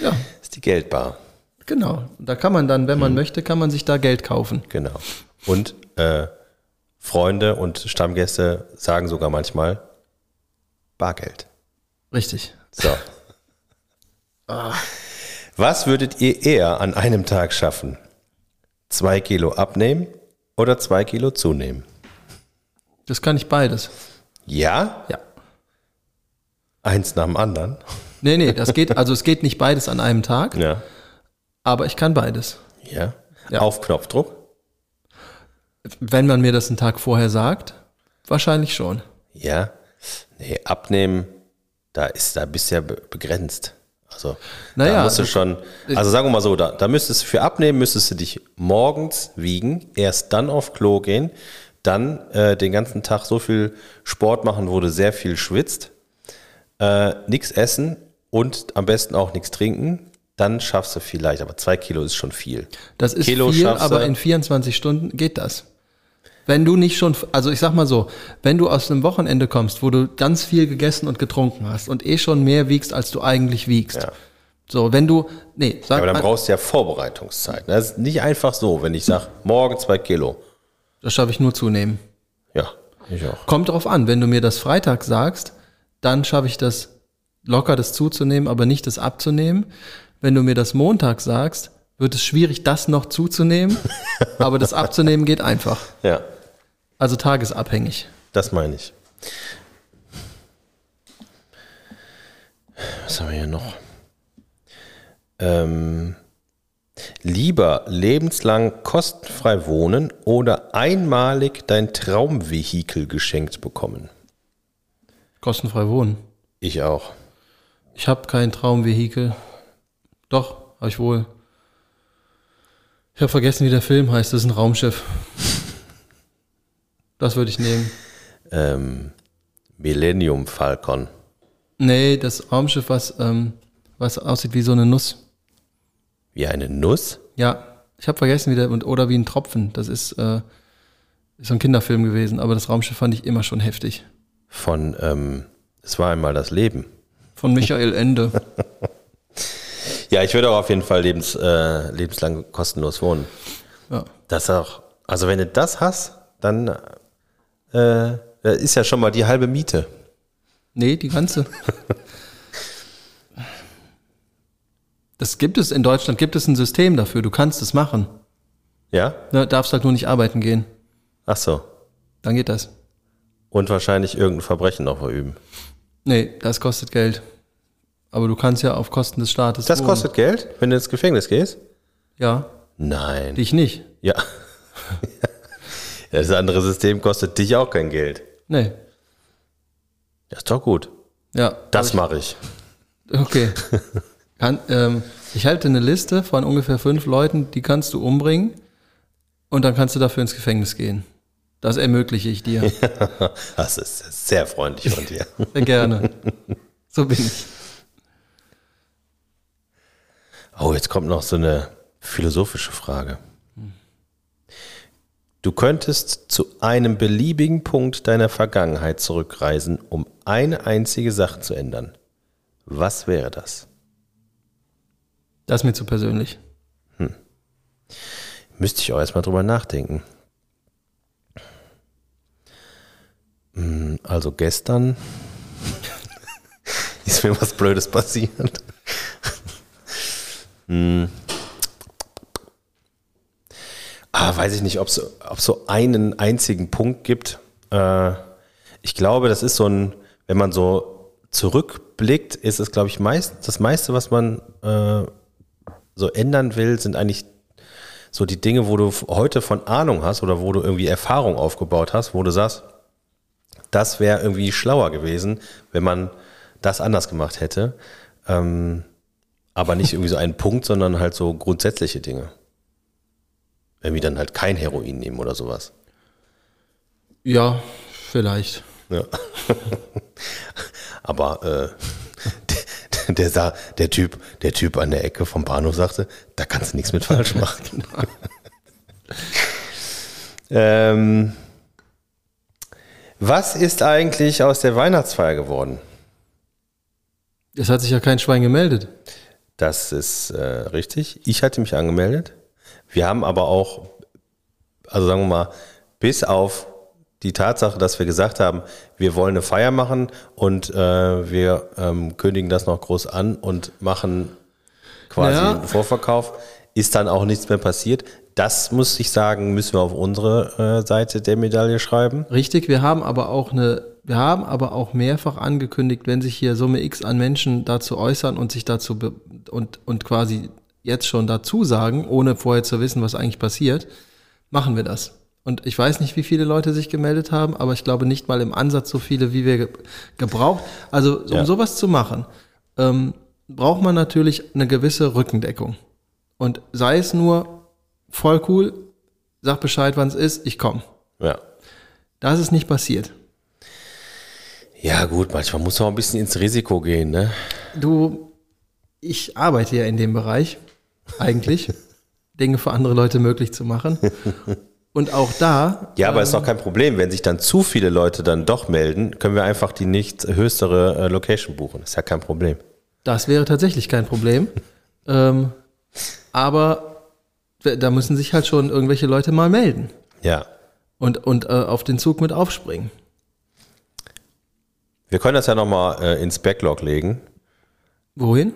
Speaker 2: Ja,
Speaker 1: ist die Geldbar.
Speaker 2: genau. Da kann man dann, wenn
Speaker 1: Mhm.
Speaker 2: man möchte, kann man sich da Geld kaufen.
Speaker 1: Genau. Und äh, Freunde und Stammgäste sagen sogar manchmal Bargeld.
Speaker 2: Richtig.
Speaker 1: So. Was würdet ihr eher an einem Tag schaffen? Zwei Kilo abnehmen oder zwei Kilo zunehmen?
Speaker 2: Das kann ich beides.
Speaker 1: Ja,
Speaker 2: Ja.
Speaker 1: eins nach dem anderen.
Speaker 2: Nee, nee, das geht, also es geht nicht beides an einem Tag,
Speaker 1: Ja.
Speaker 2: aber ich kann beides.
Speaker 1: Ja.
Speaker 2: Ja.
Speaker 1: Auf Knopfdruck.
Speaker 2: Wenn man mir das einen Tag vorher sagt, wahrscheinlich schon.
Speaker 1: Ja. Nee, abnehmen, da ist, da bist du ja be- begrenzt. Also,
Speaker 2: Naja,
Speaker 1: da musst du
Speaker 2: also-
Speaker 1: schon, also sagen wir mal so, da, da müsstest du für abnehmen, müsstest du dich morgens wiegen, erst dann auf Klo gehen, dann äh, den ganzen Tag so viel Sport machen, wo du sehr viel schwitzt, äh, nichts essen und am besten auch nichts trinken, dann schaffst du vielleicht, aber zwei Kilo ist schon viel.
Speaker 2: Das ist
Speaker 1: Kilo
Speaker 2: viel,
Speaker 1: schaffst
Speaker 2: aber
Speaker 1: du.
Speaker 2: in 24 Stunden geht das. Wenn du nicht schon, also ich sag mal so, wenn du aus einem Wochenende kommst, wo du ganz viel gegessen und getrunken hast und eh schon mehr wiegst, als du eigentlich wiegst.
Speaker 1: Ja.
Speaker 2: So, wenn du, nee, sag
Speaker 1: Aber dann
Speaker 2: mal,
Speaker 1: brauchst du ja Vorbereitungszeit. ne? Das ist nicht einfach so, wenn ich sage, morgen zwei Kilo.
Speaker 2: das schaffe ich nur zunehmen.
Speaker 1: Ja, ich auch.
Speaker 2: Kommt drauf an, wenn du mir das Freitag sagst, dann schaffe ich das locker, das zuzunehmen, aber nicht das abzunehmen. Wenn du mir das Montag sagst, wird es schwierig, das noch zuzunehmen, aber das abzunehmen geht einfach.
Speaker 1: Ja.
Speaker 2: Also tagesabhängig.
Speaker 1: Das meine ich. Was haben wir hier noch? Ähm, lieber lebenslang kostenfrei wohnen oder einmalig dein Traumvehikel geschenkt bekommen.
Speaker 2: Kostenfrei wohnen.
Speaker 1: Ich auch.
Speaker 2: Ich habe kein Traumvehikel. Doch, habe ich wohl. Ich habe vergessen, wie der Film heißt. Das ist ein Raumschiff. Das würde ich nehmen.
Speaker 1: Ähm, Millennium Falcon.
Speaker 2: Nee, das Raumschiff, was, ähm, was aussieht wie so eine Nuss.
Speaker 1: Wie eine Nuss?
Speaker 2: Ja, ich habe vergessen, wie der, und, oder wie ein Tropfen. Das ist, äh, ist so ein Kinderfilm gewesen, aber das Raumschiff fand ich immer schon heftig.
Speaker 1: Von ähm, Es war einmal das Leben.
Speaker 2: Von Michael Ende.
Speaker 1: Ja, ich würde auch auf jeden Fall lebens, äh, lebenslang kostenlos wohnen.
Speaker 2: Ja.
Speaker 1: Das auch. Also wenn du das hast, dann äh, das ist ja schon mal die halbe Miete.
Speaker 2: Nee, die ganze. Das gibt es in Deutschland, gibt es ein System dafür. Du kannst es machen.
Speaker 1: Ja?
Speaker 2: Ne, darfst halt nur nicht arbeiten gehen.
Speaker 1: Ach so.
Speaker 2: Dann geht das.
Speaker 1: Und wahrscheinlich irgendein Verbrechen noch verüben.
Speaker 2: Nee, das kostet Geld. Aber du kannst ja auf Kosten des Staates.
Speaker 1: Das
Speaker 2: wohnen.
Speaker 1: kostet Geld, wenn du ins Gefängnis gehst?
Speaker 2: Ja,
Speaker 1: Nein.
Speaker 2: dich nicht.
Speaker 1: Ja. Das andere System kostet dich auch kein Geld.
Speaker 2: Nee.
Speaker 1: Das ist doch gut.
Speaker 2: Ja.
Speaker 1: Das mache ich.
Speaker 2: Okay. Kann, ähm, ich halte eine Liste von ungefähr fünf Leuten, die kannst du umbringen und dann kannst du dafür ins Gefängnis gehen. Das ermögliche ich dir.
Speaker 1: Das ist sehr freundlich von dir.
Speaker 2: Sehr gerne. So bin ich.
Speaker 1: Oh, jetzt kommt noch so eine philosophische Frage. Du könntest zu einem beliebigen Punkt deiner Vergangenheit zurückreisen, um eine einzige Sache zu ändern. Was wäre das?
Speaker 2: Das ist mir zu persönlich.
Speaker 1: Müsste ich auch erstmal drüber nachdenken. Hm, Also gestern ist mir was Blödes passiert. Hm. Ah, weiß ich nicht, ob es so einen einzigen Punkt gibt. Äh, ich glaube, das ist so ein, wenn man so zurückblickt, ist es, glaube ich, meist, das meiste, was man äh, so ändern will, sind eigentlich so die Dinge, wo du f- heute von Ahnung hast oder wo du irgendwie Erfahrung aufgebaut hast, wo du sagst, das wäre irgendwie schlauer gewesen, wenn man das anders gemacht hätte. Ähm, aber nicht irgendwie so einen Punkt, sondern halt so grundsätzliche Dinge. Wenn wir dann halt kein Heroin nehmen oder sowas.
Speaker 2: Ja, vielleicht.
Speaker 1: Ja. aber äh, der, sah, der, typ, der Typ an der Ecke vom Bahnhof sagte, da kannst du nichts mit falsch machen. ähm, was ist eigentlich aus der Weihnachtsfeier geworden?
Speaker 2: Es hat sich ja kein Schwein gemeldet.
Speaker 1: Das ist äh, richtig. Ich hatte mich angemeldet. Wir haben aber auch, also sagen wir mal, bis auf die Tatsache, dass wir gesagt haben, wir wollen eine Feier machen und äh, wir ähm, kündigen das noch groß an und machen quasi
Speaker 2: Ja.
Speaker 1: einen Vorverkauf, ist dann auch nichts mehr passiert. Das muss ich sagen, müssen wir auf unsere äh, Seite der Medaille schreiben.
Speaker 2: Richtig, wir haben aber auch eine, wir haben aber auch mehrfach angekündigt, wenn sich hier Summe X an Menschen dazu äußern und sich dazu be und, und quasi jetzt schon dazu sagen, ohne vorher zu wissen, was eigentlich passiert, machen wir das. Und ich weiß nicht, wie viele Leute sich gemeldet haben, aber ich glaube nicht mal im Ansatz so viele, wie wir ge gebraucht. Also, um
Speaker 1: Ja.
Speaker 2: sowas zu machen, ähm, braucht man natürlich eine gewisse Rückendeckung. Und sei es nur voll cool, sag Bescheid, wann es ist, ich komme.
Speaker 1: Ja.
Speaker 2: Das ist nicht passiert.
Speaker 1: Ja, gut, manchmal muss man auch ein bisschen ins Risiko gehen, ne?
Speaker 2: Du, ich arbeite ja in dem Bereich, eigentlich, Dinge für andere Leute möglich zu machen. Und auch da,
Speaker 1: Ja, aber ist doch kein Problem. Wenn sich dann zu viele Leute dann doch melden, können wir einfach die nicht höchstere äh, Location buchen. Ist ja kein Problem.
Speaker 2: das wäre tatsächlich kein Problem. Ähm, aber da müssen sich halt schon irgendwelche Leute mal melden
Speaker 1: Ja.
Speaker 2: und, und äh, auf den Zug mit aufspringen.
Speaker 1: Wir können das ja nochmal äh, ins Backlog legen.
Speaker 2: Wohin?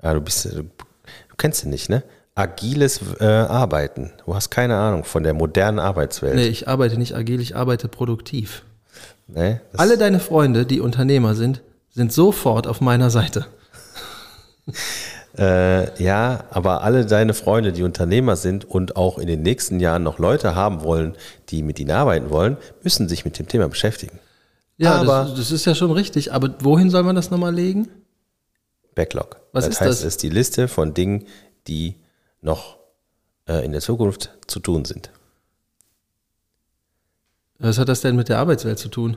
Speaker 1: Ah, du bist, du kennst ihn nicht, ne? Agiles äh, Arbeiten. Du hast keine Ahnung von der modernen Arbeitswelt.
Speaker 2: Nee, ich arbeite nicht agil, ich arbeite produktiv.
Speaker 1: Ne? Das,
Speaker 2: Alle deine Freunde, die Unternehmer sind, sind sofort auf meiner Seite.
Speaker 1: Äh, ja, aber alle deine Freunde, die Unternehmer sind und auch in den nächsten Jahren noch Leute haben wollen, die mit ihnen arbeiten wollen, müssen sich mit dem Thema beschäftigen.
Speaker 2: Ja,
Speaker 1: Aber-
Speaker 2: das, das ist ja schon richtig. Aber wohin soll man das nochmal legen?
Speaker 1: Backlog.
Speaker 2: Was
Speaker 1: das
Speaker 2: ist
Speaker 1: heißt,
Speaker 2: das?
Speaker 1: es ist die Liste von Dingen, die noch äh, in der Zukunft zu tun sind.
Speaker 2: Was hat das denn mit der Arbeitswelt zu tun?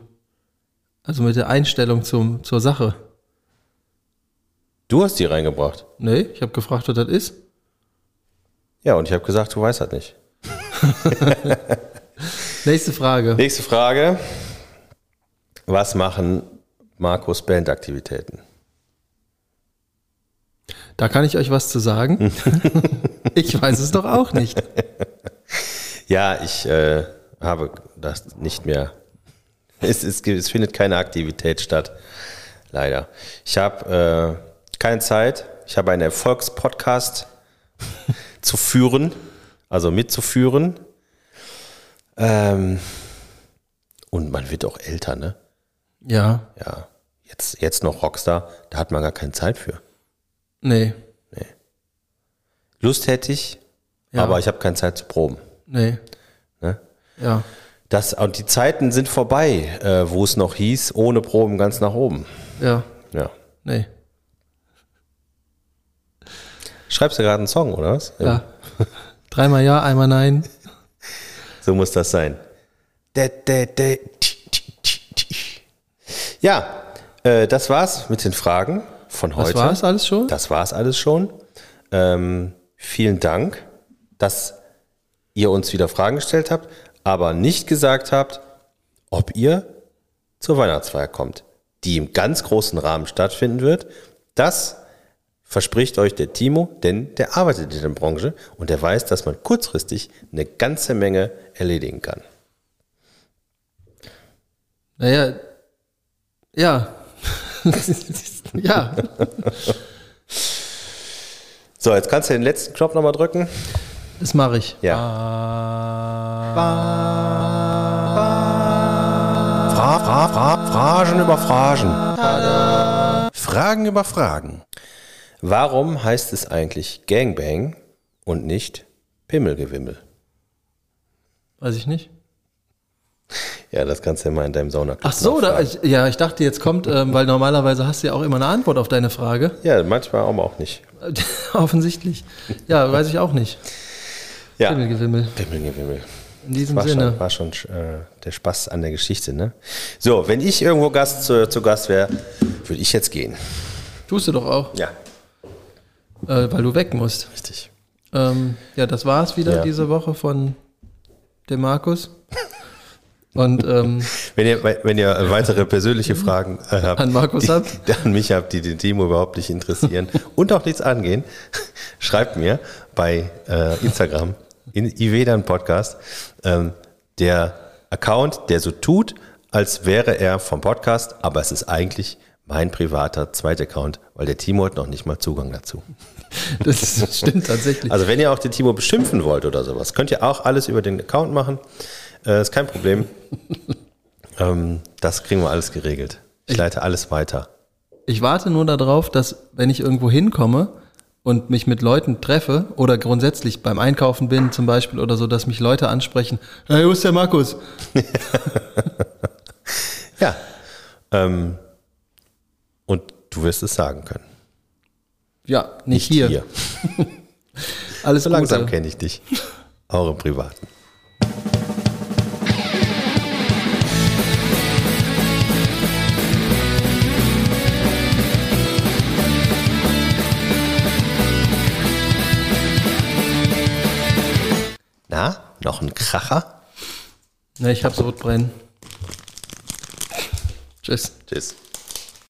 Speaker 2: Also mit der Einstellung zum, zur Sache.
Speaker 1: Du hast die reingebracht.
Speaker 2: Nee, ich habe gefragt, was das ist.
Speaker 1: Ja, und ich habe gesagt, du weißt das nicht.
Speaker 2: Nächste Frage.
Speaker 1: Nächste Frage. Was machen Markus Bandaktivitäten?
Speaker 2: Da kann ich euch was zu sagen. ich weiß es doch auch nicht.
Speaker 1: Ja, ich äh, habe das nicht mehr. Es, es, gibt- es findet keine Aktivität statt, leider. Ich habe äh, keine Zeit. Ich habe einen Erfolgspodcast zu führen, also mitzuführen. Ähm, und man wird auch älter, ne?
Speaker 2: Ja,
Speaker 1: Ja. Jetzt, jetzt noch Rockstar, da hat man gar keine Zeit für.
Speaker 2: nee,
Speaker 1: Lust hätte ich,
Speaker 2: Ja.
Speaker 1: aber ich habe keine Zeit zu proben.
Speaker 2: nee,
Speaker 1: Ne?
Speaker 2: ja.
Speaker 1: Das, und die Zeiten sind vorbei, äh, wo es noch hieß, ohne Proben ganz nach oben.
Speaker 2: Ja,
Speaker 1: Ja.
Speaker 2: nee.
Speaker 1: Schreibst du gerade einen Song, oder was?
Speaker 2: Ja. Dreimal ja, einmal nein.
Speaker 1: So muss das sein. Dä, dä, dä, tsch, tsch, tsch, tsch. Ja, äh, das war's mit den Fragen von heute.
Speaker 2: Das war's alles schon?
Speaker 1: Das war's alles schon. Ähm, vielen Dank, dass ihr uns wieder Fragen gestellt habt, aber nicht gesagt habt, ob ihr zur Weihnachtsfeier kommt, die im ganz großen Rahmen stattfinden wird. Das verspricht euch der Timo, denn der arbeitet in der Branche und der weiß, dass man kurzfristig eine ganze Menge erledigen kann.
Speaker 2: Naja, ja. ja,
Speaker 1: So, jetzt kannst du den letzten Knopf nochmal drücken.
Speaker 2: das mache ich.
Speaker 1: Ja.
Speaker 4: Fra, fra, fra, Phrasen über Phrasen. Fragen über Fragen.
Speaker 1: Warum heißt es eigentlich Gangbang und nicht Pimmelgewimmel?
Speaker 2: Weiß ich nicht.
Speaker 1: Ja, das kannst du ja mal in deinem Sauna
Speaker 2: Ach so, da, ich, ja, ich dachte, jetzt kommt, ähm, weil normalerweise hast du ja auch immer eine Antwort auf deine Frage.
Speaker 1: Ja, manchmal aber auch nicht.
Speaker 2: Offensichtlich. Ja, weiß ich auch nicht.
Speaker 1: Ja.
Speaker 2: Himmelgewimmel.
Speaker 1: Pimmelgewimmel.
Speaker 2: In diesem
Speaker 1: War schon,
Speaker 2: Sinne.
Speaker 1: war schon äh, der Spaß an der Geschichte, ne? So, wenn ich irgendwo Gast äh, zu, zu Gast wäre, würde ich jetzt gehen.
Speaker 2: Tust du doch auch,
Speaker 1: Ja,
Speaker 2: äh, weil du weg musst.
Speaker 1: richtig.
Speaker 2: Ähm, ja, das war's wieder
Speaker 1: Ja.
Speaker 2: diese Woche von dem Markus. Und ähm,
Speaker 1: Wenn ihr, wenn ihr weitere persönliche Fragen äh, habt,
Speaker 2: An Markus
Speaker 1: die,
Speaker 2: habt?
Speaker 1: die an mich habt, die den Timo überhaupt nicht interessieren und auch nichts angehen, schreibt mir bei äh, Instagram in Ivedan Podcast. Ähm, der Account, der so tut, als wäre er vom Podcast, aber es ist eigentlich mein privater zweiter Account, weil der Timo hat noch nicht mal Zugang dazu.
Speaker 2: das stimmt tatsächlich.
Speaker 1: Also wenn ihr auch den Timo beschimpfen wollt oder sowas, könnt ihr auch alles über den Account machen. Äh, ist kein Problem. ähm, das kriegen wir alles geregelt. Ich leite alles weiter.
Speaker 2: Ich warte nur darauf, dass wenn ich irgendwo hinkomme und mich mit Leuten treffe oder grundsätzlich beim Einkaufen bin zum Beispiel oder so, dass mich Leute ansprechen, hey, wo ist der Markus?
Speaker 1: Ja. Ähm, und du wirst es sagen können.
Speaker 2: Ja, nicht, hier. Alles
Speaker 1: So langsam
Speaker 2: Gute.
Speaker 1: kenne ich dich. Auch im Privaten. Na, noch ein Kracher?
Speaker 2: Ne, ich hab Sodbrennen. Tschüss.
Speaker 1: Tschüss.